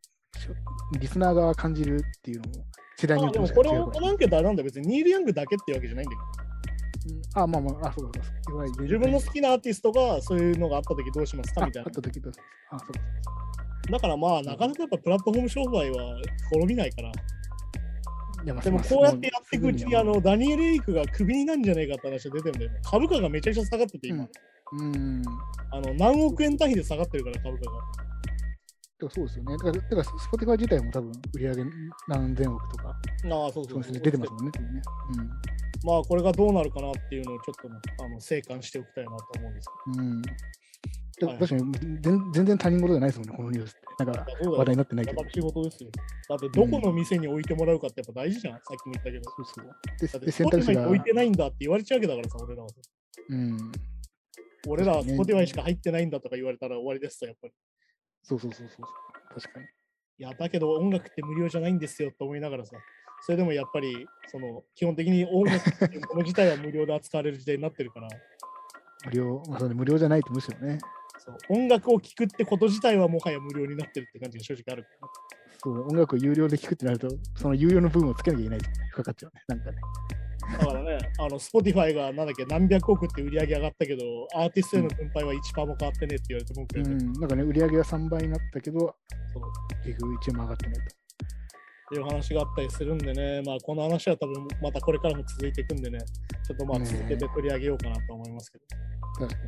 S3: ょリスナーが感じるっていうのも世代に
S2: まあ
S3: よって
S2: で
S3: も
S2: も
S3: しか
S2: これ
S3: したら違
S2: は
S3: うか
S2: こ
S3: も
S2: れなんけどあれなんだよ別にニール・ヤングだけっていうわけじゃないんだけど
S3: うんあ、まあまあ、あ、そうか、そうか。
S2: 自分の好
S3: き
S2: きなアーティストがそういうのがあった時どうしますか
S3: あ
S2: みたい
S3: あ
S2: な
S3: った時と、あ、そうか。
S2: だからまあなかなかやっぱプラットフォーム商売は滅びないから
S3: いやまあ
S2: でもこうやってやっていくうちにあ、のダニエル・エイクがクビになんじゃねえかって話が出てるんだよね株価がめちゃくちゃ下がってて今、
S3: うんうん。だか
S2: あの何億円単位で下がってるから株価が
S3: らそうですよね。だから、だからスポティファイ自体も多分売り上げ何千億とか、
S2: ああそう
S3: そ
S2: そうう
S3: で
S2: そ
S3: す
S2: う
S3: ね、出てますもんね。多分ね
S2: まあこれがどうなるかなっていうのをちょっとねあの静観しておきたいなと思うんです
S3: うん。うん。だ
S2: はい
S3: 確かに全全然他人事じゃないですもんね、このニュースって。なんか
S2: けど
S3: 話題になってな
S2: や
S3: いけ
S2: っ
S3: ど
S2: ぱ。仕事ですよ。だってどこの店に置いてもらうかってやっぱ大事じゃん、さっきも言ったけど。
S3: そうそう。で
S2: だっ
S3: で、
S2: て選
S3: 選択
S2: 択
S3: 肢
S2: 肢
S3: が。
S2: が置いてないんだって言われちゃうわけだからさ、俺らは。
S3: うん。
S2: 俺らは
S3: そうですね
S2: Spotify しか入ってないんだとか言われたら終わりですさ、やっぱり。
S3: そうそうそうそう。確かに。
S2: いや、だけど音楽って無料じゃないんですよと思いながらさ。それでもやっぱり、その、基本的に音楽っていうもの自体は無料で扱われる時代になってるから、
S3: 無料、まあ、それ無料じゃないとむしろね。
S2: そう音楽を聴くってこと自体はもはや無料になってるって感じが正直あるから。
S3: そう、音楽を有料で聴くってなると、その有料の部分をつけなきゃいけないとかかっちゃうね。なんかね。
S2: だからね、あの、Spotify がなんだっけ、何百億って売り上げ上がったけど、アーティストへの分配は1%も変わってねえって言われて文句
S3: う
S2: 言われて、
S3: ん、なんかね、売り上げが3倍になったけど、
S2: そう
S3: 結局一応も上がってないと。
S2: っていう話があったりするんでね、まあ、この話は多分またこれからも続いていくんでね、ちょっとまあ
S3: ねえ
S2: 続けて取り上げようかなと思いますけど、
S3: 確かに。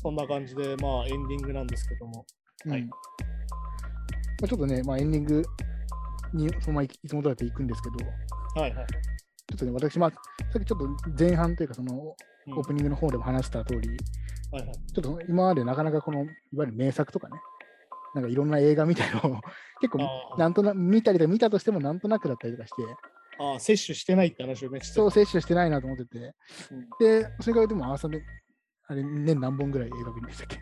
S2: そんな感じで、まあ、エンディングなんですけども、はい
S3: うんまあ、ちょっとね、まあ、エンディングにそのままいいつも通りやっていくんですけど、ちょ
S2: はいはい。
S3: っとね、私、まあ、さっきちょっと前半というか、そのオ
S2: うん
S3: ープニングの方でも話した通り、ち
S2: はいはい
S3: ょっとその今までなかなかこの、いわゆる名作とかね、なんかいろんな映画みたいのを、 結構
S2: あ、ー
S3: なんとなく、見たりとか見たとしてもなんとなくだったりとかして、
S2: ああ、摂取してないって話をね、して
S3: そう摂取してないなと思ってて、で、それからでも合わせて、あれ、年何本ぐらい映画見ましたっけ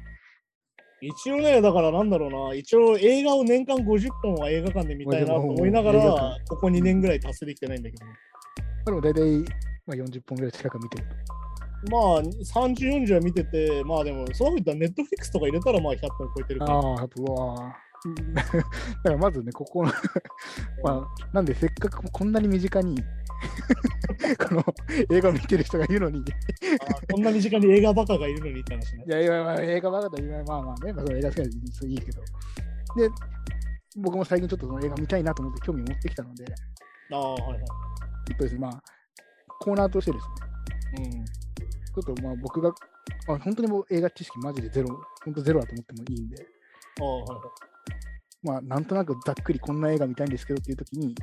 S2: 一応ね、だからなんだろうな、一応映画を年間50本は映画館で見たいなと思いなが
S3: 映画
S2: ら
S3: 館、
S2: ここ2年ぐらい達成できてないんだけど、
S3: でも大体、まあ、40本ぐらい近く見てると。
S2: まあ、30、40は見てて、まあでも、そういったネットフィックスとか入れたら、まあ100本超えてるから、
S3: ああ、やっぱうわー だからまずね、ここのまあ、なんでせっかくこんなに身近に この映画を見てる人がいるのに、い
S2: ああこんな身近に映画バカがいるのにって話ね。
S3: やいやいや、まあ映画ばかりだまあまあね、まあ、その映画好きな人いいけど。で、僕も最近ちょっとその映画見たいなと思って興味を持ってきたので、ちょ
S2: ああ、はいはい。
S3: っとですね、まあ、コーナーとしてです
S2: う
S3: ね、
S2: ん
S3: ちょっとまあ僕が、あ本当にもう映画知識マジでゼロ、本当ゼロだと思ってもいいんで、
S2: ああはいはい
S3: まあ、なんとなくざっくりこんな映画見たいんですけどっていう時に、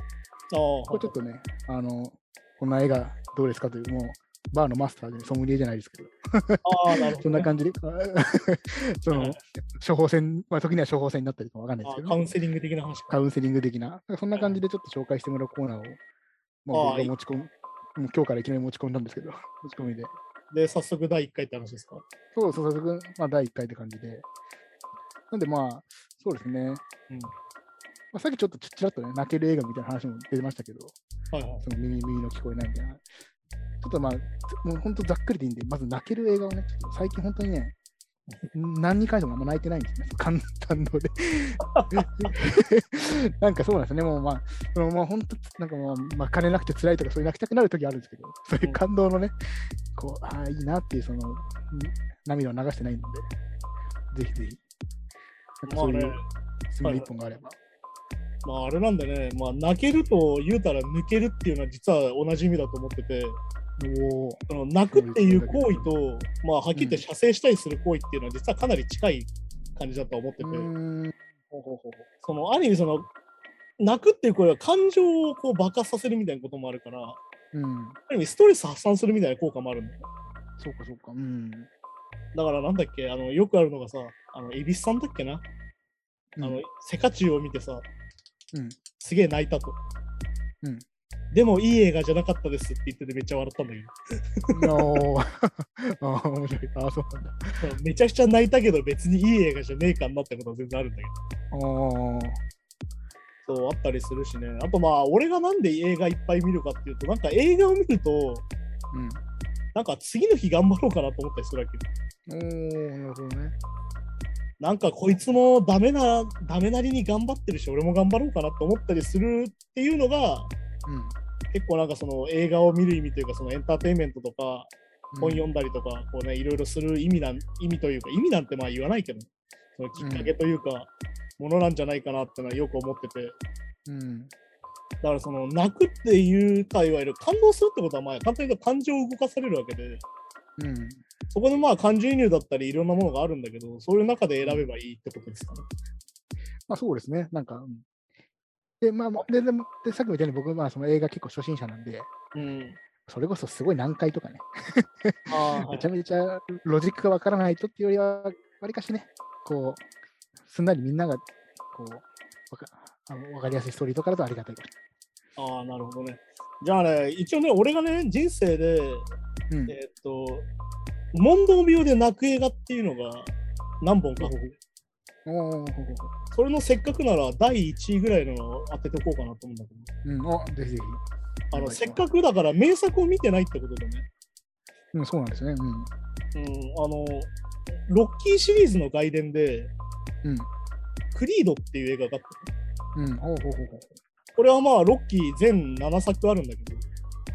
S2: ああ、
S3: これちょっとね、あの、こんな映画どうですかという、もう、バーのマスターでソムリエじゃないですけど、
S2: ああ、なるほどね、
S3: そんな感じで、 そ
S2: はい
S3: の、処方箋、まあ、時には処方箋になったりとかわかんないで
S2: あ
S3: すけ
S2: ー
S3: ど、
S2: カウンセリング的な話か。
S3: カウンセリング的な、そんな感じでちょっと紹介してもらうコーナーを、まあ、
S2: あー
S3: 僕が持ち込む、もう今日からいきなり持ち込んだんですけど、 持ち込みで。
S2: で、早速第1回って話ですか。
S3: そうそう、早速、まあ、第1回って感じで。なんで、まあ、そうですね。
S2: うん
S3: まあ、さっきちょっとちちらっとね、泣ける映画みたいな話も出てましたけど、
S2: はいはい。
S3: その耳耳の聞こえないみたいな。ちょっとまあ、つもう本当ざっくりでいいんで、まず泣ける映画をね、ちょっと最近本当にね、何に書いてもあんま泣いてないんですね、感感動で。 なんかそうなんですね、もうまあ、そのまあ本当、なんかもう、まあ、金なくて辛いとか、そういう泣きたくなる時あるんですけど、そういう感動のね、こう、ああ、いいなっていう、その、ん涙を流してないので、ぜひぜひ、なんか
S2: ま
S3: そ
S2: あ
S3: うい
S2: ね
S3: う、そ一本があれば。
S2: まああれなんでね、まあ泣けると言うたら抜けるっていうのは実は同じ意味だと思ってて、
S3: おお
S2: その泣くっていう行為と、まあはっきり言って射精したりする行為っていうのは実はかなり近い感じだとは思ってて、
S3: ーん、
S2: そのある意味その、泣くっていう声は感情をこう爆発させるみたいなこともあるから、あ
S3: うん、
S2: る意味ストレス発散するみたいな効果もあるんだよ。
S3: そうかそうか、うん。
S2: だからなんだっけ、あのよくあるのがさ、あの恵比寿さんだっけな、
S3: うん
S2: あのセカチュウを見てさ、
S3: うん
S2: すげえ泣いたと。
S3: うん
S2: でもいい映画じゃなかったですって言っててめっちゃ笑ったんだけ
S3: おーあー面白い。ああ、そうなんだ。
S2: ど、 めちゃくちゃ泣いたけど別にいい映画じゃねえかなってことは全然あるんだけ
S3: ああ。
S2: ど、そうあったりするしね。あとまあ、俺がなんで映画いっぱい見るかっていうと、なんか映画を見ると、
S3: うん。
S2: なんか次の日頑張ろうかなと思ったりするわけ。
S3: おー、なるほどね。
S2: なんかこいつもダメな、ダメなりに頑張ってるし、俺も頑張ろうかなと思ったりするっていうのが、
S3: うん。
S2: 結構なんかその映画を見る意味というか、そのエンターテインメントとか、本読んだりとか、こうね、いろいろする意味なん、意味というか、意味なんてまあ言わないけど、そのきっかけというか、ものなんじゃないかなってのはよく思ってて、
S3: う
S2: だ
S3: ん。
S2: からその、泣くっていうか、いわゆる感動するってことは、まあ、簡単に言うと感情を動かされるわけで、
S3: うん。
S2: そこでまあ、感情移入だったり、いろんなものがあるんだけど、そういう中で選べばいいってことですかね。
S3: まあそうですね。なんか、うん、で、まあ、まあで、でも、で、さっきも言ったように僕、まあその映画結構初心者なんで、
S2: うん。
S3: それこそすごい難解とかね、
S2: ああ、は
S3: め
S2: い
S3: ちゃめちゃロジックがわからないとっていうよりは、わりかしね、こう、すんなりみんなが、こう、わかあのわかりやすいストーリーとかだとありがたい。
S2: ああ、なるほどね。じゃあね、一応ね、俺がね、人生で、
S3: うん。
S2: えーっと、問答病で泣く映画っていうのが何本かあって
S3: おー、
S2: それのせっかくなら第1位ぐらいのを当ててこうかなと思うんだけど、
S3: うん、お、ぜひぜひ。
S2: あのせっかくだから名作を見てないってことでね、
S3: うん、そうなんですね。うん。
S2: うん、あの、ロッキーシリーズの外伝で、
S3: うん。
S2: クリードっていう映画があって、
S3: うん、ほうほうほうほ
S2: これはまあ、ロッキー全7作あるんだけど、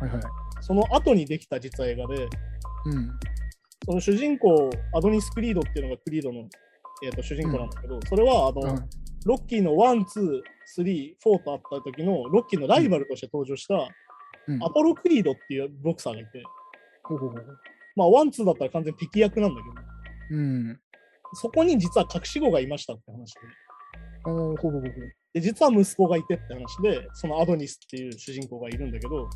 S3: う。はいはい。
S2: その後にできた実は映画で、
S3: うん。
S2: その主人公、アドニス・クリードっていうのがクリードの、えー、と主人公なんだけど、それはあの、
S3: うん
S2: ロッキーのワン、ツー、スリー、フォーとあった時のロッキーのライバルとして登場した
S3: うん。
S2: アポロ・クリードっていうボクサーがいて、
S3: ほうほうほう。
S2: まあ、ワン、ツーだったら完全に敵役なんだけど、
S3: うん。
S2: そこに実は隠し子がいましたって話
S3: おーほうほうほうほ
S2: で、で実は息子がいてって話で、そのアドニスっていう主人公がいるんだけど、
S3: う。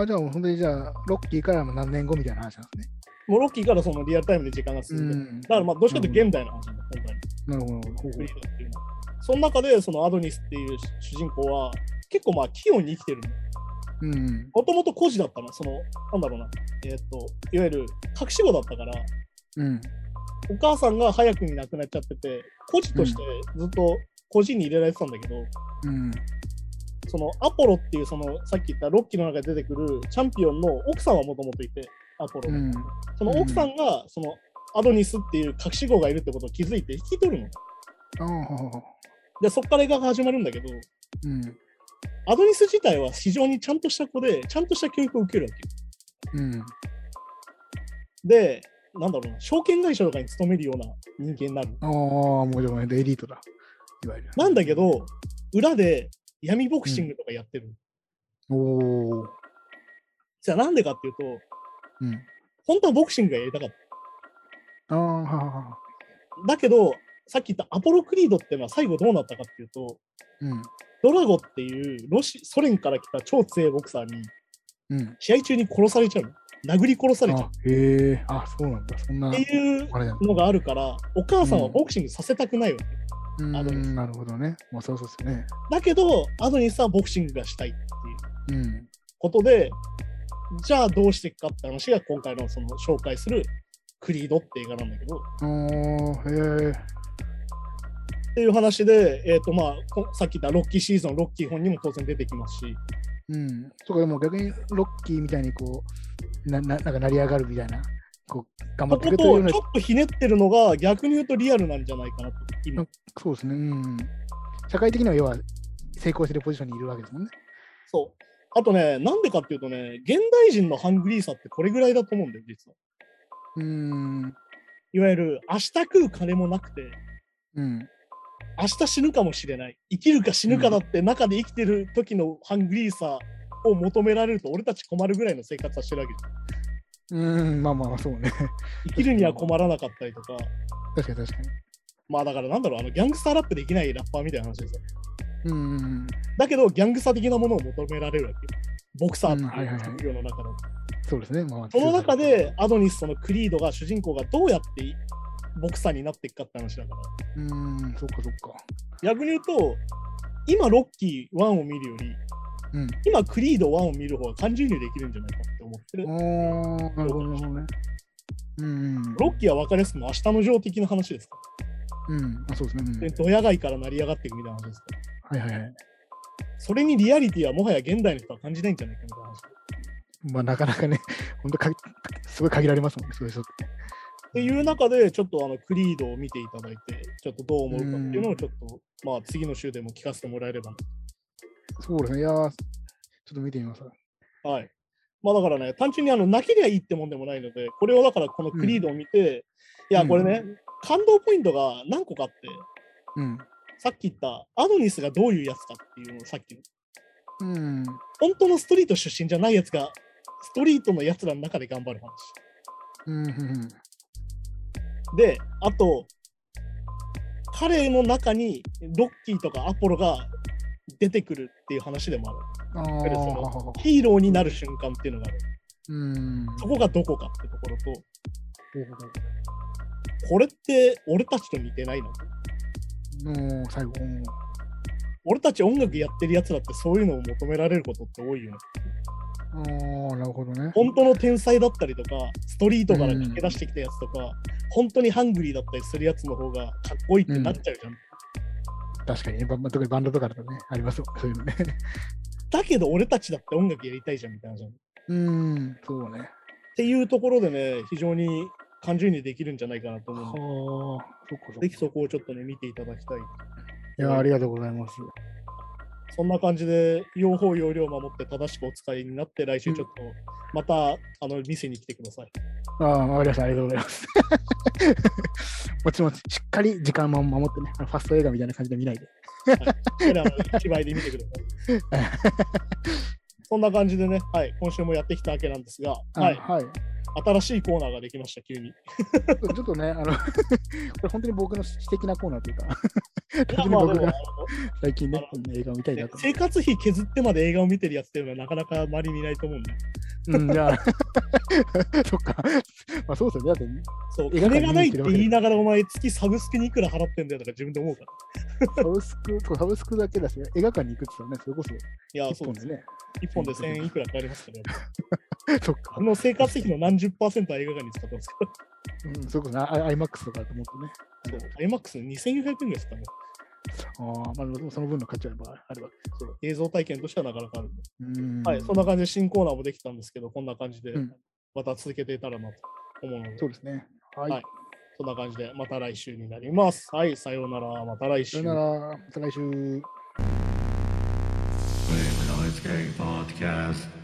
S3: あ、じゃあ、本当にじゃあ、ロッキーからも何年後みたいな話なんですね。
S2: もうロッキーからそのリアルタイムで時間が進んでる、
S3: ん
S2: だからまあどっちかというと現代の話なんだ、本当に。
S3: なるほど。ほう
S2: クリードっていうのはその中でそのアドニスっていう主人公は結構まあ器用に生きてるの。
S3: ほううん。
S2: もともと孤児だったの。その、なんだろうな。えっ、と、いわゆる隠し子だったから、
S3: うん。
S2: お母さんが早くに亡くなっちゃってて、孤児としてずっと孤児に入れられてたんだけど、
S3: うん。
S2: そのアポロっていう、そのさっき言ったロッキーの中で出てくるチャンピオンの奥さんはもともといて、アポロ
S3: う
S2: の、
S3: ん。
S2: その奥さんが、そのアドニスっていう隠し子がいるってことを気づいて引き取るの。
S3: ああ、ほうほうほ
S2: で、そこから映画が始まるんだけど、
S3: う。うん。
S2: アドニス自体は非常にちゃんとした子で、ちゃんとした教育を受けるわけよ。
S3: うん。
S2: で、なんだろうな、証券会社とかに勤めるような人間になる。
S3: ああ、もうでもね、エリートだ。いわゆる。
S2: なんだけど、裏で闇ボクシングとかやってる。
S3: おお。
S2: じゃあなんでかっていうと、
S3: うん。
S2: 本当はボクシングがやりたかった。
S3: ああ、ははは。
S2: だけど、さっき言ったアポロクリードっていうのは最後どうなったかっていうと、
S3: うん。
S2: ドラゴっていうロシソ連から来た超強いボクサーに
S3: うん。
S2: 試合中に殺されちゃうの。殴り殺されちゃ
S3: あ、へえ。あ、そうなんだ。そんな。
S2: うっていう
S3: あれだ。
S2: のがあるから、お母さんはボクシングさせたくないわけ。
S3: う
S2: あの
S3: ん。なるほどね。まあ、そうそうですよね。
S2: だけど、アドニスはボクシングがしたいっていう
S3: うん。
S2: ことで、じゃあどうしていくかって話が今回のその紹介するクリードって映画なんだけど、
S3: おー、へえ。
S2: っていう話で、えーとまあ、こさっき言ったロッキーシーズン、ロッキー本にも当然出てきますし、
S3: うん。とか、でも逆にロッキーみたいにこう、な、ななんか成り上がるみたいな、こう、頑張
S2: こ
S3: っ
S2: こと
S3: てくれ
S2: ち
S3: というような
S2: ょっとひねってるのが逆に言うとリアルなんじゃないかなと、今
S3: うんそうですね。うん。社会的には要は成功してるポジションにいるわけですもんね。
S2: そう。あとね、なんでかっていうとね、現代人のハングリーさってこれぐらいだと思うんだよ、実は。
S3: うん。
S2: いわゆる、明日食う金もなくて、
S3: うん。
S2: 明日死ぬかもしれない。生きるか死ぬかだって、中で生きてる時のハングリーさを求められると、俺たち困るぐらいの生活はしてるわけじゃん
S3: うん。まあまあまあ、そうね。
S2: 生きるには困らなかったりとか、
S3: 確かに確かに。
S2: まあだからなんだろう、あのギャングスターラップできないラッパーみたいな話ですよ。
S3: うんうんうん。
S2: だけど、ギャングスター的なものを求められるわけよ。ボクサーって
S3: うんはいはい
S2: い
S3: は
S2: う
S3: い
S2: 職業の中の。
S3: そうですね。まあまあ、
S2: その中で、アドニスとのクリードが、主人公がどうやってボクサーになっていくかって話だから。
S3: うん、そっかそっか。
S2: 逆に言うと、今ロッキー1を見るより、
S3: うん。
S2: 今クリード1を見る方が感情移入できるんじゃないかって思ってる。
S3: おー、なるほど、なるほどね。うん、うん。
S2: ロッキーは分かりやすくも明日の情的な話ですか
S3: うん、あそうですね。うん
S2: ら。で、ドヤ街から成り上がっていくみたいな話ですから。
S3: はいはいはい。
S2: それにリアリティはもはや現代の人は感じないんじゃないかみたいな話。
S3: まあ、なかなかね、 本当か、すごい限られますもんね、そういう人って。
S2: っていう中で、ちょっとあのクリードを見ていただいて、ちょっとどう思うかっていうのをちょっと、まあ次の週でも聞かせてもらえればな。
S3: そうですね。いやー、ちょっと見てみます。
S2: はい。まあだからね、単純にあの泣きりゃいいってもんでもないので、これをだからこのクリードを見て、いや、これね、感動ポイントが何個かあって、
S3: うん。
S2: さっき言ったアドニスがどういうやつかっていうのをさっきの、
S3: うん。
S2: 本当のストリート出身じゃないやつが、ストリートのやつらの中で頑張る話。
S3: うん。うん。
S2: で、あと、彼の中にロッキーとかアポロが出てくるっていう話でもある。
S3: ああ
S2: やっぱりその
S3: ー。
S2: ヒーローになる瞬間っていうのがある。
S3: うん。
S2: そこがどこかってところと、これって俺たちと似てないの
S3: の最後。うん
S2: 俺たち音楽やってるやつだってそういうのを求められることって多いよね。
S3: ああ、なるほどね。
S2: 本当の天才だったりとか、ストリートから駆け出してきたやつとか、本当にハングリーだったりするやつの方がかっこいいってなっちゃうじゃん。
S3: 確かにね、バン特にバンドとかだとね、ありますもんそういうのね。
S2: だけど俺たちだって音楽やりたいじゃんみたいなじゃん。っ
S3: うん、そうね。
S2: ていうところでね、非常に感情移入できるんじゃないかなと
S3: は
S2: 思う
S3: あ
S2: ので、、
S3: そっかそっか。
S2: ぜひそこをちょっとね、見ていただきたい。
S3: いやー、ありがとうございます。
S2: そんな感じで、用法用量を守って正しくお使いになって、来週ちょっと、また、あの、店に来てください。
S3: ああ、わかりました。ありがとうございます。 もちろん、しっかり時間も守ってね、あのファスト映画みたいな感じで見ないで。
S2: それは一倍で見てくださ い。そんな感じでね、はい、今週もやってきたわけなんですが、
S3: あ
S2: はい、
S3: はい。
S2: 新しいコーナーができました、急に。い
S3: ちょっとね、あの、こ れ本当に僕の私的なコーナーというか、
S2: や
S3: 単純に
S2: まあ
S3: 僕
S2: でもあ
S3: が最近ね、こ
S2: あ
S3: んな映画を見たいな
S2: の
S3: と。
S2: 生活費削ってまで映画を見てるやつっていうのはなかなか周りにいないと思うんで、
S3: うん、じゃあ、 そっか。まあそうですよね。だって、
S2: そう、
S3: 映画館
S2: 金がないって
S3: 見に行ってるわけだ
S2: 言いながら、お前、月サブスクにいくら払ってんだよとか自分で思うから。
S3: サブスク、そうサブスクだけだし、映画館に行くって言ったらね、それこそ
S2: いや、
S3: 一
S2: そう
S3: 本
S2: で
S3: です
S2: ね。
S3: ね。
S2: 1本で1000円いくらかかりますから、
S3: そっか
S2: こ。の生活費の何十パーセントは映画館に使ったんですけど
S3: うん、それこそアイマックスとかだと思ってね。
S2: そう、IMAX2400 円ぐらいですかね。
S3: ああ、まあでもその分の価値はやっぱあるわけ。そう。
S2: 映像体験としてはなかなかあるんで。
S3: うん。
S2: はい、そんな感じで新コーナーもできたんですけど、こんな感じで
S3: うん
S2: また続けていたらなと思うので、
S3: そうですね。はい。
S2: はいそんな感じでまた来週になります。はい、さようなら、また来
S3: さ
S2: 週
S3: よ。なら、また来週。
S1: Flame Noise Gang Podcast.